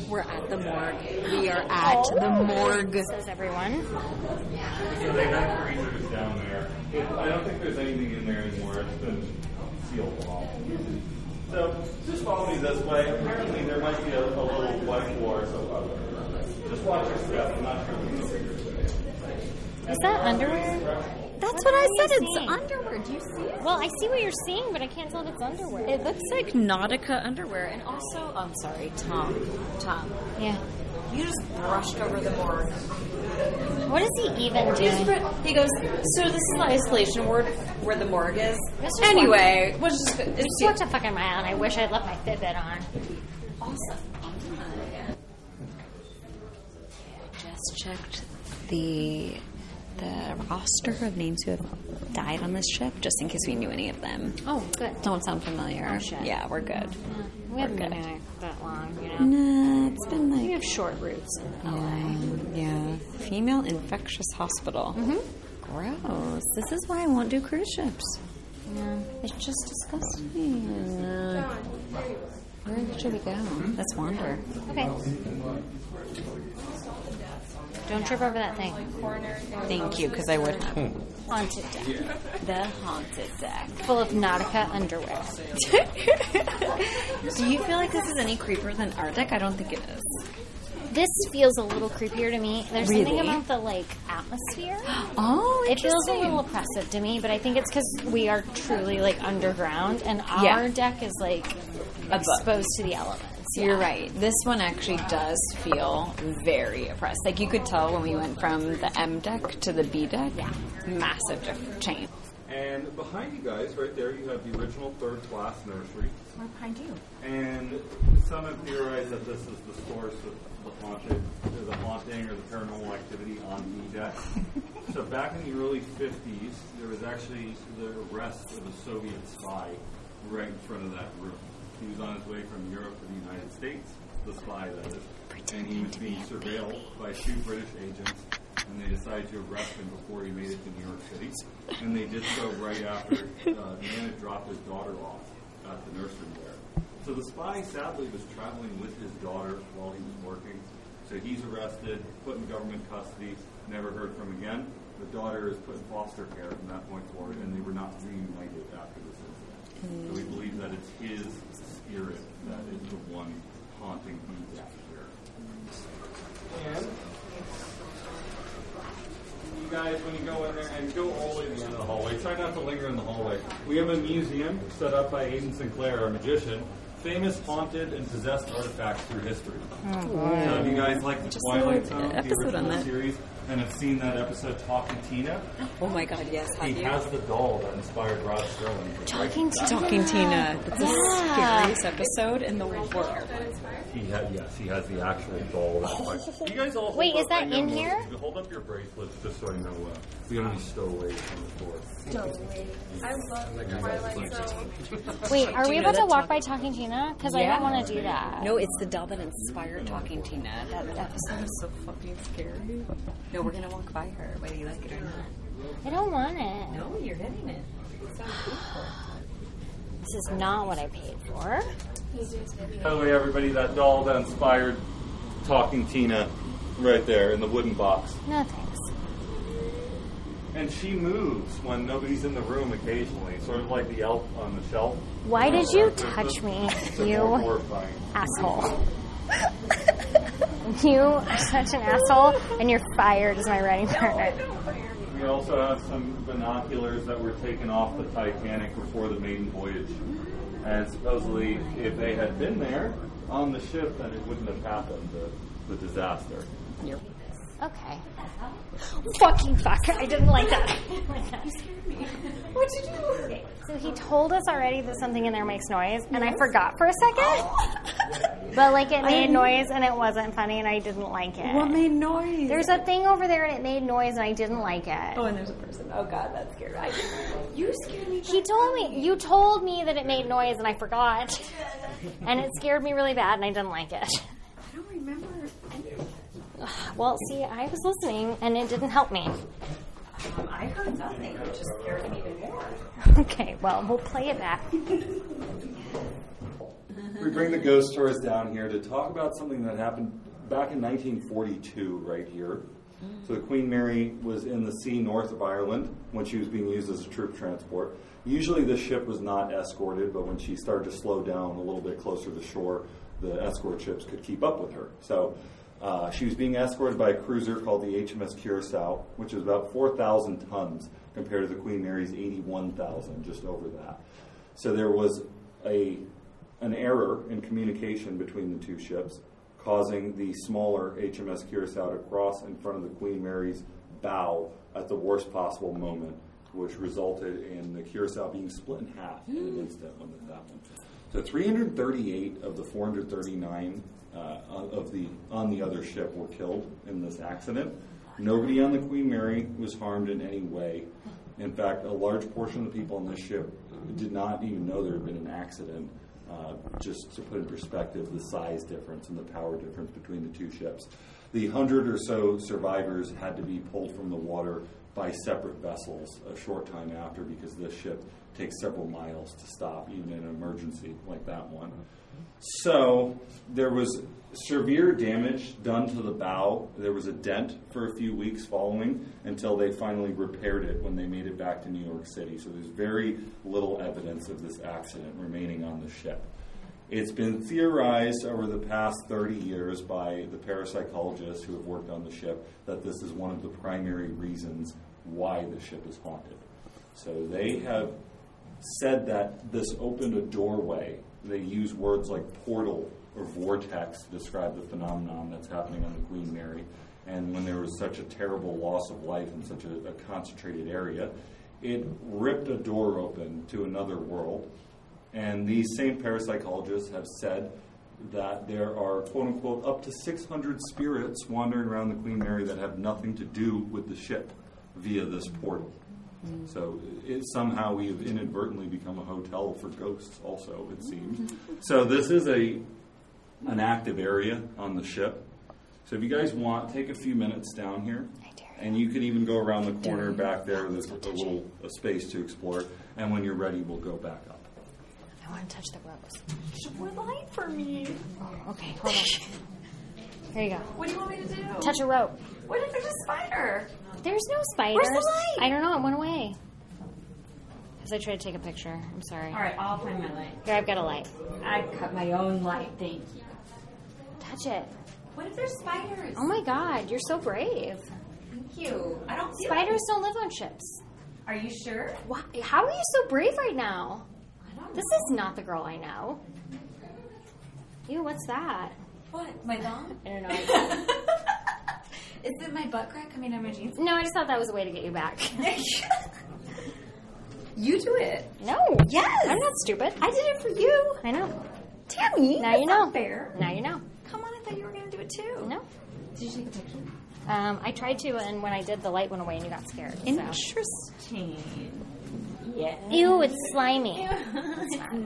Speaker 5: We're at the morgue. We are at the morgue.
Speaker 1: Says everyone.
Speaker 3: So they had freezers down there. It- I don't think there's anything in there anymore. It's been sealed off. So just follow me this way. Apparently there might be a, a little black ward. So uh, just watch your step. I'm not sure. what you're doing.
Speaker 1: Is that underwear?
Speaker 5: That's what I said. It's
Speaker 1: seeing?
Speaker 5: underwear. Do you see it?
Speaker 1: Well, I see what you're seeing, but I can't tell if it's underwear.
Speaker 5: It looks like Nautica underwear. And also, oh, I'm sorry, Tom. Tom,
Speaker 1: yeah.
Speaker 5: you just brushed over the morgue.
Speaker 1: What is he even doing?
Speaker 5: He goes, so this is the isolation ward where the morgue is.
Speaker 1: That's just
Speaker 5: Anyway, we'll just, it's
Speaker 1: He walked a fucking mile, and I wish I'd left my Fitbit on.
Speaker 5: just checked the the roster of names who have died on this ship, just in case we knew any of them. Oh,
Speaker 1: Oh, good.
Speaker 5: Don't sound familiar. Yeah, we're good.
Speaker 1: We haven't been there that long, you know.
Speaker 5: Nah, it's been like
Speaker 1: We have short roots.
Speaker 5: Um, yeah, female infectious hospital. Mm-hmm. Gross. This is why I won't do cruise ships. It's just disgusting. Where should we go? Let's wander.
Speaker 1: Okay. Don't trip over that thing.
Speaker 5: Thank you, because I would have.
Speaker 1: Haunted deck.
Speaker 5: The haunted deck.
Speaker 1: Full of Nautica underwear.
Speaker 5: Do you feel like this is any creepier than our deck? I don't think it is.
Speaker 1: This feels a little creepier to me. There's something
Speaker 5: Really?
Speaker 1: about the, like, *gasps* atmosphere.
Speaker 5: Oh,
Speaker 1: It feels a little oppressive to me, but I think it's because we are truly, like, underground, and our
Speaker 5: Yeah.
Speaker 1: deck is, like,
Speaker 5: Above.
Speaker 1: exposed to the elements.
Speaker 5: You're right. This one actually does feel very oppressed. Like you could tell when we went from the M deck to the B deck. Yeah. Massive diff- change.
Speaker 3: And behind you guys, right there, you have the original third class nursery.
Speaker 5: Where behind you?
Speaker 3: And some have theorized that this is the source of the haunted, or the haunting, or the paranormal activity on the deck. so back in the early 50s, there was actually the arrest of a Soviet spy right in front of that room. He was on his way from Europe to the United States, the spy that is, and he was being surveilled by two British agents. And they decided to arrest him before he made it to New York City. And they did so right after uh, the man had dropped his daughter off at the nursery there. So the spy sadly was traveling with his daughter while he was working. So he's arrested, put in government custody, never heard from again. The daughter is put in foster care from that point forward, and they were not reunited after this incident. So we believe that it's his spirit that is the one haunting these out here. And you guys, when you go in there, and go all the way to the end of the hallway. Try not to linger in the hallway. We have a museum set up by Aiden Sinclair, our magician, famous haunted and possessed artifacts through history.
Speaker 1: Oh,
Speaker 3: So if you guys like the Twilight Zone, the
Speaker 5: episode on
Speaker 3: original
Speaker 5: that.
Speaker 3: series, and have seen that episode Talk to Tina,
Speaker 5: Oh my god, yes.
Speaker 3: he has the doll that inspired Rod Sterling.
Speaker 1: Talking to
Speaker 5: Talking *laughs* Tina. That's
Speaker 1: Yeah.
Speaker 5: the scariest episode in the world.
Speaker 3: He had yes, he has the actual doll.
Speaker 1: *laughs*
Speaker 3: you guys all hold
Speaker 1: Wait,
Speaker 3: up
Speaker 1: is that
Speaker 3: right now,
Speaker 1: in
Speaker 3: Melissa,
Speaker 1: here?
Speaker 3: you Hold up your bracelets just so I know. Uh, we don't just stow away from the floor.
Speaker 1: Wait, are we about to walk by Talking Tina? Because I don't want to do that.
Speaker 5: No, it's the doll that inspired Talking Tina. That episode is so fucking scary. No, we're gonna walk by her, whether you like it or not.
Speaker 1: I don't want it.
Speaker 5: No, you're hitting it. It's not good for it.
Speaker 1: This is not what I paid for.
Speaker 3: By the way, everybody, that doll that inspired Talking Tina, right there in the wooden box,
Speaker 1: No thanks.
Speaker 3: and she moves when nobody's in the room occasionally, sort of like the elf on the shelf.
Speaker 1: Why did you touch *laughs* me,
Speaker 3: They're more
Speaker 1: you
Speaker 3: horrifying.
Speaker 1: asshole? *laughs* You are such an asshole, and you're fired as my writing partner.
Speaker 3: We also have some binoculars that were taken off the Titanic before the maiden voyage. And supposedly, if they had been there on the ship, then it wouldn't have happened, the, the disaster.
Speaker 1: Okay. Fucking fuck. I didn't like
Speaker 5: *laughs*
Speaker 1: that. What'd you do? So he told us already that something in there makes noise, and I forgot for a
Speaker 5: *laughs*
Speaker 1: second. but like it made noise, and it wasn't funny, and I didn't like it.
Speaker 5: What made noise?
Speaker 1: There's a thing over there, and it made noise, and I didn't like it.
Speaker 5: oh, and there's a person. Oh god, that's scary. I you scared me.
Speaker 1: He told me you told me that it made noise, and I forgot, and it scared me really bad, and I didn't like it.
Speaker 5: I don't remember any of
Speaker 1: Well, see, I was listening, and it didn't help me.
Speaker 5: them. Um, I heard nothing. It just scared me even more.
Speaker 1: *laughs* Okay, well, we'll play it back.
Speaker 3: We bring the ghost stories down here to talk about something that happened back in 1942, right here. So the Queen Mary was in the sea north of Ireland when she was being used as a troop transport. Usually the ship was not escorted, but when she started to slow down a little bit closer to shore, the escort ships could keep up with her. So uh, she was being escorted by a cruiser called the HMS Curacao, which is about 4,000 tons compared to the Queen Mary's 81,000, just over that. So there was a an error in communication between the two ships, causing the smaller HMS Curacao to cross in front of the Queen Mary's bow at the worst possible moment, which resulted in the Curacao being split in half in an instant when this happened. So 338 of the 439 uh, of the on the other ship were killed in this accident. Nobody on the Queen Mary was harmed in any way. In fact, a large portion of the people on this ship did not even know there had been an accident. Uh, just to put in perspective the size difference and the power difference between the two ships. The hundred or so survivors had to be pulled from the water by separate vessels a short time after because this ship takes several miles to stop, even in an emergency like that one. So there was severe damage done to the bow. There was a dent for a few weeks following until they finally repaired it when they made it back to New York City. So there's very little evidence of this accident remaining on the ship. It's been theorized over the past 30 years by the parapsychologists who have worked on the ship that this is one of the primary reasons why the ship is haunted. So they have said that this opened a doorway. They use words like portal or vortex to describe the phenomenon that's happening on the Queen Mary. And when there was such a terrible loss of life in such a, a concentrated area, it ripped a door open to another world. And these same parapsychologists have said that there are, quote unquote, up to 600 spirits wandering around the Queen Mary that have nothing to do with the ship via this portal. So it, somehow we have inadvertently become a hotel for ghosts, also, it seems. So this is a an active area on the ship. So if you guys want, take a few minutes down here. And you can even go around the corner back there. There's a little a space to explore. And when you're ready, we'll go back up.
Speaker 1: I want to touch the rose.
Speaker 5: We're lying for me.
Speaker 1: Oh, okay, hold on. Here you go.
Speaker 5: What do you want me to do?
Speaker 1: Touch a rope.
Speaker 5: What if there's a spider?
Speaker 1: There's no spiders.
Speaker 5: Where's the light?
Speaker 1: I don't know. It went away. Because I tried to take a picture. I'm sorry.
Speaker 5: All right, I'll find my light.
Speaker 1: Here, I've got a light.
Speaker 5: I cut my own light. Thank you.
Speaker 1: Touch it.
Speaker 5: What if there's spiders?
Speaker 1: Oh my god, you're so brave.
Speaker 5: Thank you. I don't see
Speaker 1: Spiders don't live on ships.
Speaker 5: Are you sure?
Speaker 1: Why, how are you so brave right now?
Speaker 5: I don't
Speaker 1: This is not the girl I know. Ew, what's that?
Speaker 5: What? My thumb?
Speaker 1: I don't know.
Speaker 5: *laughs* Is it my butt crack coming out of my jeans?
Speaker 1: No, I just thought that was a way to get you
Speaker 5: *laughs*
Speaker 1: back.
Speaker 5: you do it.
Speaker 1: No.
Speaker 5: Yes.
Speaker 1: I'm not stupid.
Speaker 5: I did it for you.
Speaker 1: I know.
Speaker 5: Tammy.
Speaker 1: Now
Speaker 5: that's
Speaker 1: you know.
Speaker 5: Not fair.
Speaker 1: Now you know.
Speaker 5: Come on, I thought you were going to do it too.
Speaker 1: No.
Speaker 5: Did you take a picture?
Speaker 1: Um, I tried to, and when I did, the light went away, and you got scared. So.
Speaker 5: Interesting. Yeah.
Speaker 1: Ew, it's slimy.
Speaker 5: *laughs*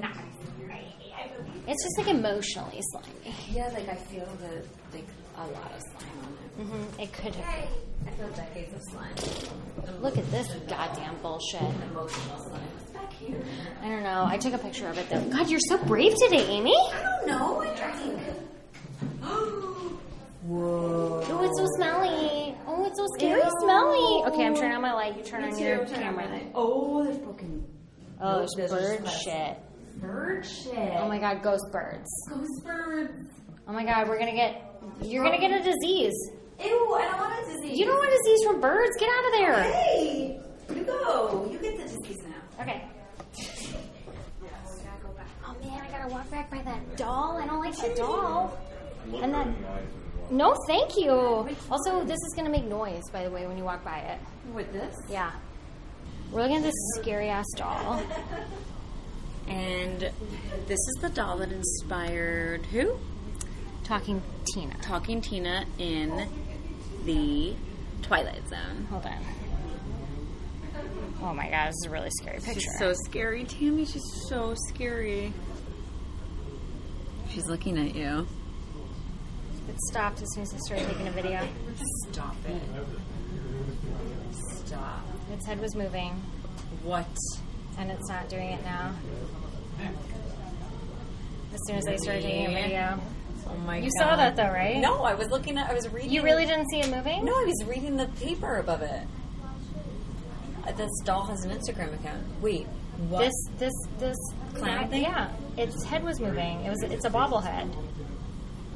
Speaker 1: It's just like emotionally slimy.
Speaker 5: Yeah, like I feel the like a lot of slime on it.
Speaker 1: Mm-hmm. It could have.
Speaker 5: I feel decades of slime.
Speaker 1: Look at this goddamn bullshit.
Speaker 5: Emotional slime. It's back here.
Speaker 1: I don't know. I took a picture of it though. God, you're so brave today, Amy.
Speaker 5: I don't know. I drank.
Speaker 1: Oh, it's so smelly. Oh, it's so scary smelly. Okay, I'm turning on my light. You turn on your camera.
Speaker 5: Oh, there's broken
Speaker 1: Oh, there's
Speaker 5: Those are
Speaker 1: bird
Speaker 5: spicy.
Speaker 1: shit.
Speaker 5: bird shit.
Speaker 1: Oh my god, ghost birds.
Speaker 5: Ghost bird.
Speaker 1: Oh my god, we're gonna get. You're gonna get a disease.
Speaker 5: Ew, I don't want a disease.
Speaker 1: You don't want a disease from birds. Get out of there.
Speaker 5: Hey, you go. You get the disease now.
Speaker 1: Okay. Oh man, I gotta walk back by that doll. I don't like that doll. And then. No, thank you. Also, this is gonna make noise, by the way, when you walk by it.
Speaker 5: With this.
Speaker 1: Yeah. We're looking at this scary ass doll.
Speaker 5: And this is the doll that inspired who?
Speaker 1: Talking Tina.
Speaker 5: Talking Tina in the Twilight Zone.
Speaker 1: Hold on. Oh my god, this is a really scary picture.
Speaker 5: She's so scary, Tammy. She's so scary. She's looking at you.
Speaker 1: It stopped as soon as I started taking a video.
Speaker 5: Stop it. Stop.
Speaker 1: Its head was moving,
Speaker 5: What?
Speaker 1: and it's not doing it now. As soon as I started taking a video.
Speaker 5: Oh my
Speaker 1: You
Speaker 5: God.
Speaker 1: saw that though, right?
Speaker 5: No, I was looking at. I was reading.
Speaker 1: You really didn't see it moving?
Speaker 5: No, I was reading the paper above it. Uh, This doll has an Instagram account. Wait, what?
Speaker 1: This, this, this
Speaker 5: Clown thing?
Speaker 1: Yeah, its head was moving. It was, it's a bobblehead.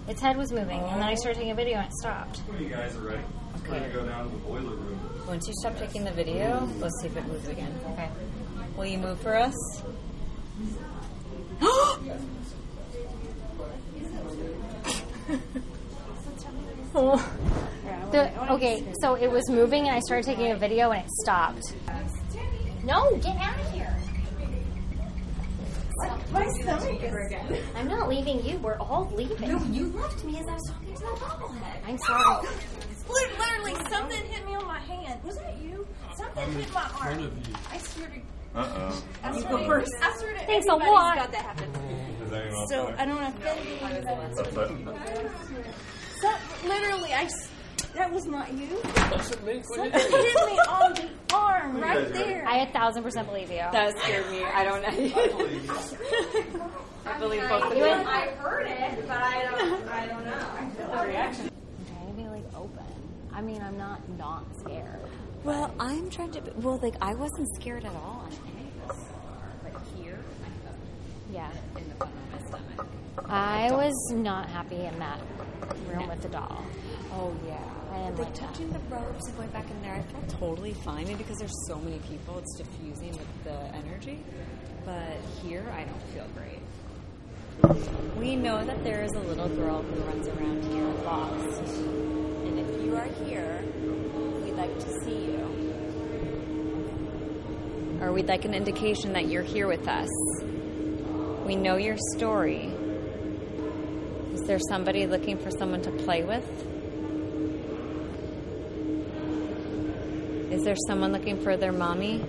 Speaker 1: Its head was moving, and then I started taking a video, and it stopped.
Speaker 3: When you guys are ready, we're going to go down to the boiler room.
Speaker 5: Once you stop taking the video, let's see if it moves again.
Speaker 1: Okay.
Speaker 5: Will you move for us?
Speaker 1: The, okay, so it was moving, and I started taking a video, and it stopped. No, get out of here!
Speaker 5: My stomach is again.
Speaker 1: I'm not leaving you. We're all leaving.
Speaker 5: No, you left me as I was talking to the bobblehead.
Speaker 1: I'm
Speaker 5: *gasps*
Speaker 1: sorry.
Speaker 5: Lit- Literally, something hit me on my hand. Was that you? Something hit my arm. I swear to
Speaker 8: Uh
Speaker 5: I swear to first. I swear to
Speaker 1: Thanks a
Speaker 5: everybody's
Speaker 1: lot.
Speaker 5: got that happen.
Speaker 8: oh.
Speaker 5: So I don't want to offend anyone. So, literally, I. s- That was not you. Something hit me on the arm right there.
Speaker 1: I a thousand percent believe you.
Speaker 5: That scared me. I don't know. *laughs* I believe both of
Speaker 1: you. went-
Speaker 9: heard it, but I don't. I don't know. I feel the reaction.
Speaker 1: I'm trying to be like open. I mean, I'm not not scared.
Speaker 5: Well, I'm trying to. Well, like I wasn't scared at all on any of this. Like here,
Speaker 1: Yeah.
Speaker 5: in the front of my stomach.
Speaker 1: I was not happy in that room with the doll.
Speaker 5: Oh yeah.
Speaker 1: I am
Speaker 5: They
Speaker 1: like
Speaker 5: took
Speaker 1: that.
Speaker 5: in the ropes and went back in there. I felt totally fine, and because there's so many people, it's diffusing the, the energy. But here, I don't feel great. We know that there is a little girl who runs around here lost, and if you are here, we'd like to see you, or we'd like an indication that you're here with us. We know your story. Is there somebody looking for someone to play with? Is there someone looking for their mommy?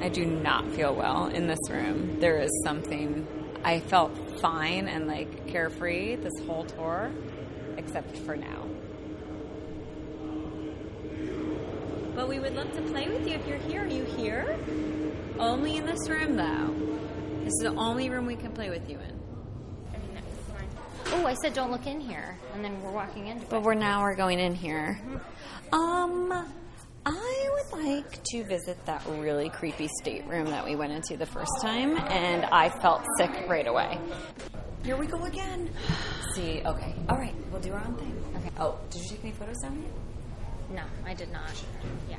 Speaker 5: I do not feel well in this room. There is something. I felt fine and like carefree this whole tour, except for now. But we would love to play with you if you're here. Are you here? Only in this room, though. This is the only room we can play with you in.
Speaker 1: Oh, I said don't look in here, and then we're walking into
Speaker 5: But
Speaker 1: it.
Speaker 5: we're now we're going in here. Um, I would like to visit that really creepy stateroom that we went into the first time, and I felt sick right away. Here we go again. *sighs* See, okay, all right, we'll do our own thing. Okay. Oh, did you take any photos down here?
Speaker 1: No, I did not. Yeah.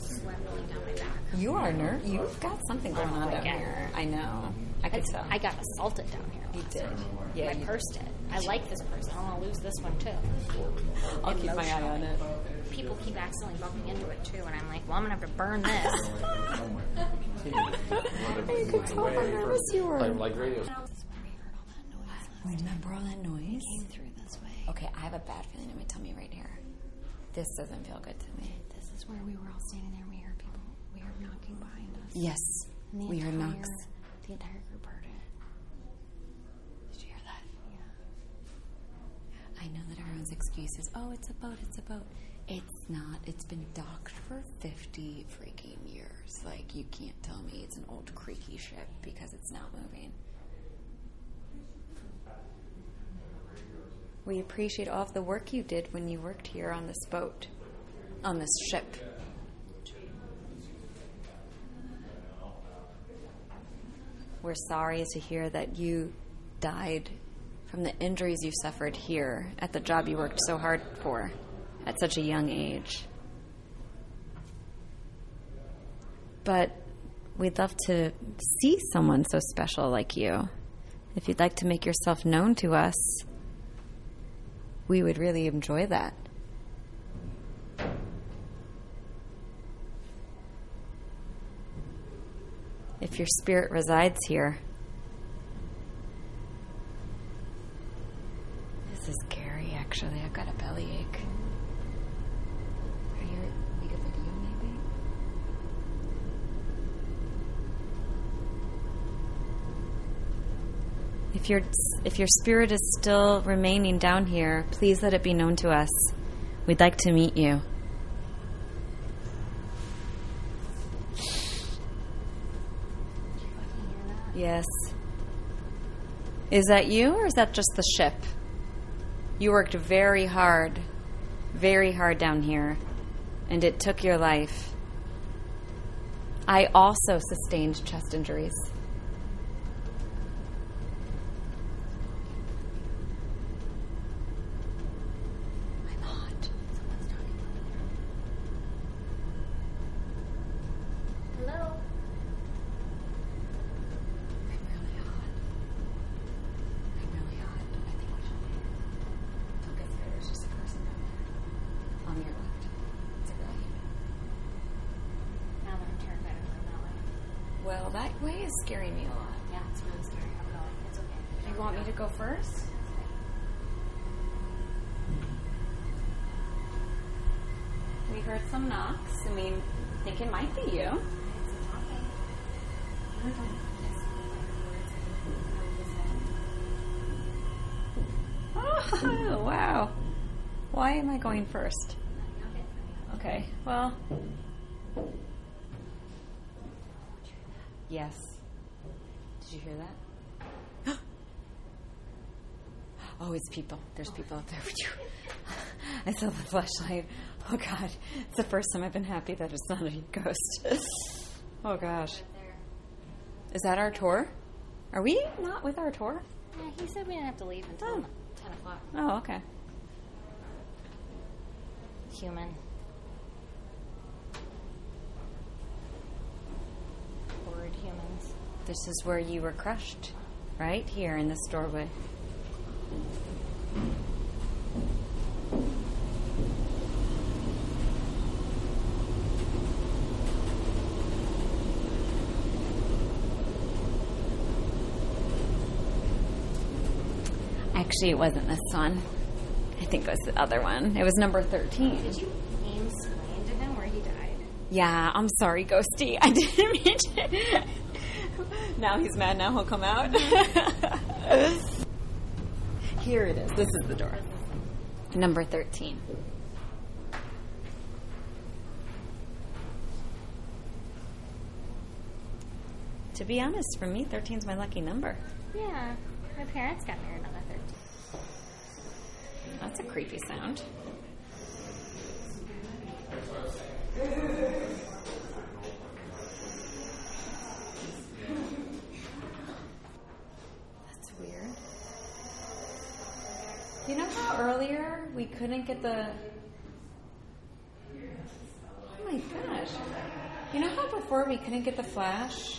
Speaker 1: Sweat rolling down my back.
Speaker 5: Oh, You are a nerd. You've got something going on down here. I know.
Speaker 6: I could
Speaker 10: It's-
Speaker 6: tell.
Speaker 10: I got assaulted down here.
Speaker 6: You
Speaker 10: last
Speaker 6: did.
Speaker 10: week.
Speaker 6: Yeah,
Speaker 10: I
Speaker 6: you-
Speaker 10: pursed it. I like this person. I want to lose this one too.
Speaker 6: I'll keep my eye on it.
Speaker 10: People keep accidentally bumping into it too, and I'm like, well, I'm gonna have to
Speaker 6: *laughs*
Speaker 10: burn this.
Speaker 6: You could tell how nervous you were.
Speaker 4: like radio.
Speaker 5: Remember all that noise?
Speaker 6: through this way.
Speaker 5: Okay, I have a bad feeling in my tummy right here. This doesn't feel good to me.
Speaker 6: This is where we were all standing there. We heard people. We heard knocking behind us.
Speaker 5: Yes,
Speaker 6: The
Speaker 5: we heard
Speaker 6: entire-
Speaker 5: knocks.
Speaker 6: The entire group heard it. Did you hear that? Yeah.
Speaker 5: I know that everyone's excuse is, oh, it's a boat, it's a boat. It's not. It's been docked for 50 freaking years. Like, you can't tell me it's an old creaky ship because it's not moving. We appreciate all of the work you did when you worked here on this boat, on this ship. We're sorry to hear that you died from the injuries you suffered here at the job you worked so hard for at such a young age. But we'd love to see someone so special like you. If you'd like to make yourself known to us, we would really enjoy that. If your spirit resides here, This is scary, actually. I've got a bellyache. Are you like a video, maybe? If your if your spirit is still remaining down here, please let it be known to us. We'd like to meet you. Yes. Is that you, or is that just the ship? You worked very hard, very hard down here, and it took your life. I also sustained chest injuries. I'm hot.
Speaker 10: Hello.
Speaker 5: I'm really hot. I'm really hot. I think we should leave. Don't get scared. There's just a person down there. On your left. It's a girl.
Speaker 10: Now that I'm terrified of going that way.
Speaker 5: Well, that way is scaring me a lot.
Speaker 10: Yeah, it's really scary. I'm going. It's okay.
Speaker 5: You want me to go first? We heard some knocks. I mean, think it might be you. Oh, *laughs* wow. Why am I going first? Okay, well. Yes. Did you hear that? *gasps* Oh, it's people. There's people up there. *laughs* I saw the flashlight. Oh God, it's the first time I've been happy that it's not a ghost.
Speaker 10: *laughs*
Speaker 5: oh gosh, is that our tour? Are we not with our tour?
Speaker 10: Yeah, he said we didn't have to leave until
Speaker 5: Oh.
Speaker 10: 10 o'clock.
Speaker 5: Oh, okay.
Speaker 10: Human. Horrid humans.
Speaker 5: This is where you were crushed, right here in this doorway. Actually, it wasn't this one. I think it was the other one. It was number 13.
Speaker 10: Did you aim slain to him where he died?
Speaker 5: Yeah, I'm sorry, Ghosty. *laughs* I didn't mean to. now he's mad. Now he'll come out. *laughs* Here it is. This is the door. Number 13. To be honest, for me, 13 is my lucky number.
Speaker 10: Yeah. My parents got married on the third.
Speaker 5: That's a creepy sound. That's weird. You know how earlier we couldn't get the. Oh my gosh. You know how before we couldn't get the flash?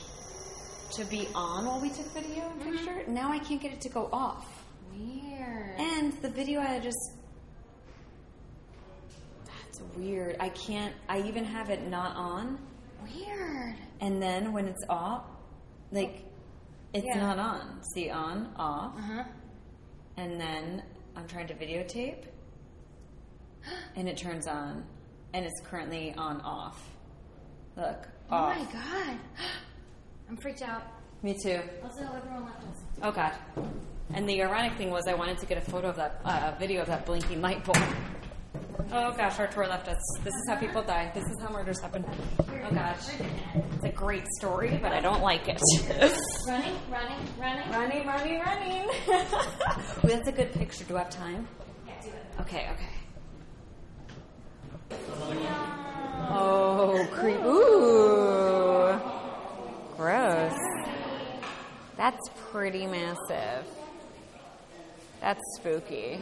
Speaker 5: to be on while we took video and
Speaker 1: Mm-hmm.
Speaker 5: picture. Now I can't get it to go off.
Speaker 1: Weird.
Speaker 5: And the video I just that's weird. I can't I even have it not on
Speaker 1: Weird.
Speaker 5: and then when it's off like it's not on. See on, off.
Speaker 1: Uh-huh.
Speaker 5: And then I'm trying
Speaker 1: *gasps*
Speaker 5: to videotape and it turns on and it's currently on off. Look,
Speaker 1: Oh
Speaker 5: off.
Speaker 1: my
Speaker 6: *gasps*
Speaker 1: god. I'm freaked out.
Speaker 5: Me too.
Speaker 1: Also, everyone left us.
Speaker 5: Oh god. And the ironic thing was, I wanted to get a photo of that uh, video of that blinking light bulb. Oh gosh, our tour left us. This is how people die. This is how murders happen. Oh gosh, it's a great story, but I don't like it.
Speaker 1: Running, running, running.
Speaker 5: running, running, running. *laughs* well, that's a good picture. Do I have time? Okay, okay. Oh, creep. Ooh, gross. That's pretty massive. That's spooky.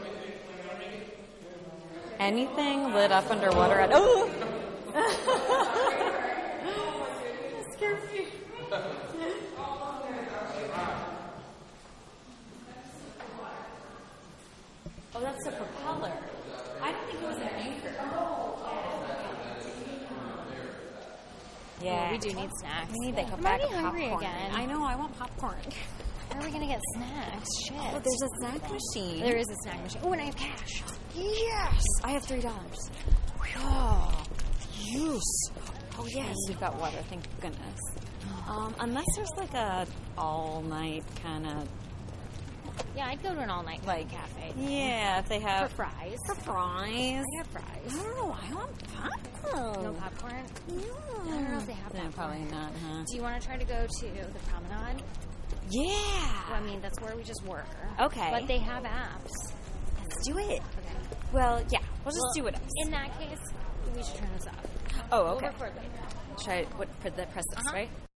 Speaker 5: Anything lit up underwater at oh. *laughs* Scared me. Oh, that's a propeller. I didn't think it was an anchor.
Speaker 1: Oh,
Speaker 5: Yeah,
Speaker 1: We do need snacks.
Speaker 5: We need like a
Speaker 1: I'm
Speaker 5: bag of
Speaker 1: already
Speaker 5: popcorn.
Speaker 1: hungry again.
Speaker 5: I know. I want popcorn.
Speaker 1: Where are we gonna get snacks? Shit.
Speaker 5: Oh, there's a snack machine.
Speaker 1: there is a snack machine. Oh, and I have cash.
Speaker 5: Yes, I have three dollars. Oh, yes. Oh yes, we've got water. Thank goodness. Um, unless there's like a all night kind of
Speaker 1: Yeah, I'd go to an all night like cafe
Speaker 5: yeah. If they
Speaker 1: for
Speaker 5: have
Speaker 1: fries.
Speaker 5: for fries.
Speaker 1: I have fries.
Speaker 5: I don't know. I want popcorn.
Speaker 1: No popcorn.
Speaker 5: No.
Speaker 1: I don't know if they have
Speaker 5: No,
Speaker 1: popcorn.
Speaker 5: probably not. Huh?
Speaker 1: Do you want to try to go to the promenade? Well,
Speaker 5: Yeah.
Speaker 1: I mean, that's where we just work.
Speaker 5: Okay.
Speaker 1: But they have apps.
Speaker 5: Let's do it.
Speaker 1: Okay.
Speaker 5: Well, yeah. We'll just
Speaker 1: Well,
Speaker 5: do it.
Speaker 1: In that case, we should turn this off.
Speaker 5: Oh,
Speaker 1: We'll
Speaker 5: okay.
Speaker 1: record later.
Speaker 5: Should I what, put the press this,
Speaker 1: Uh-huh.
Speaker 5: right?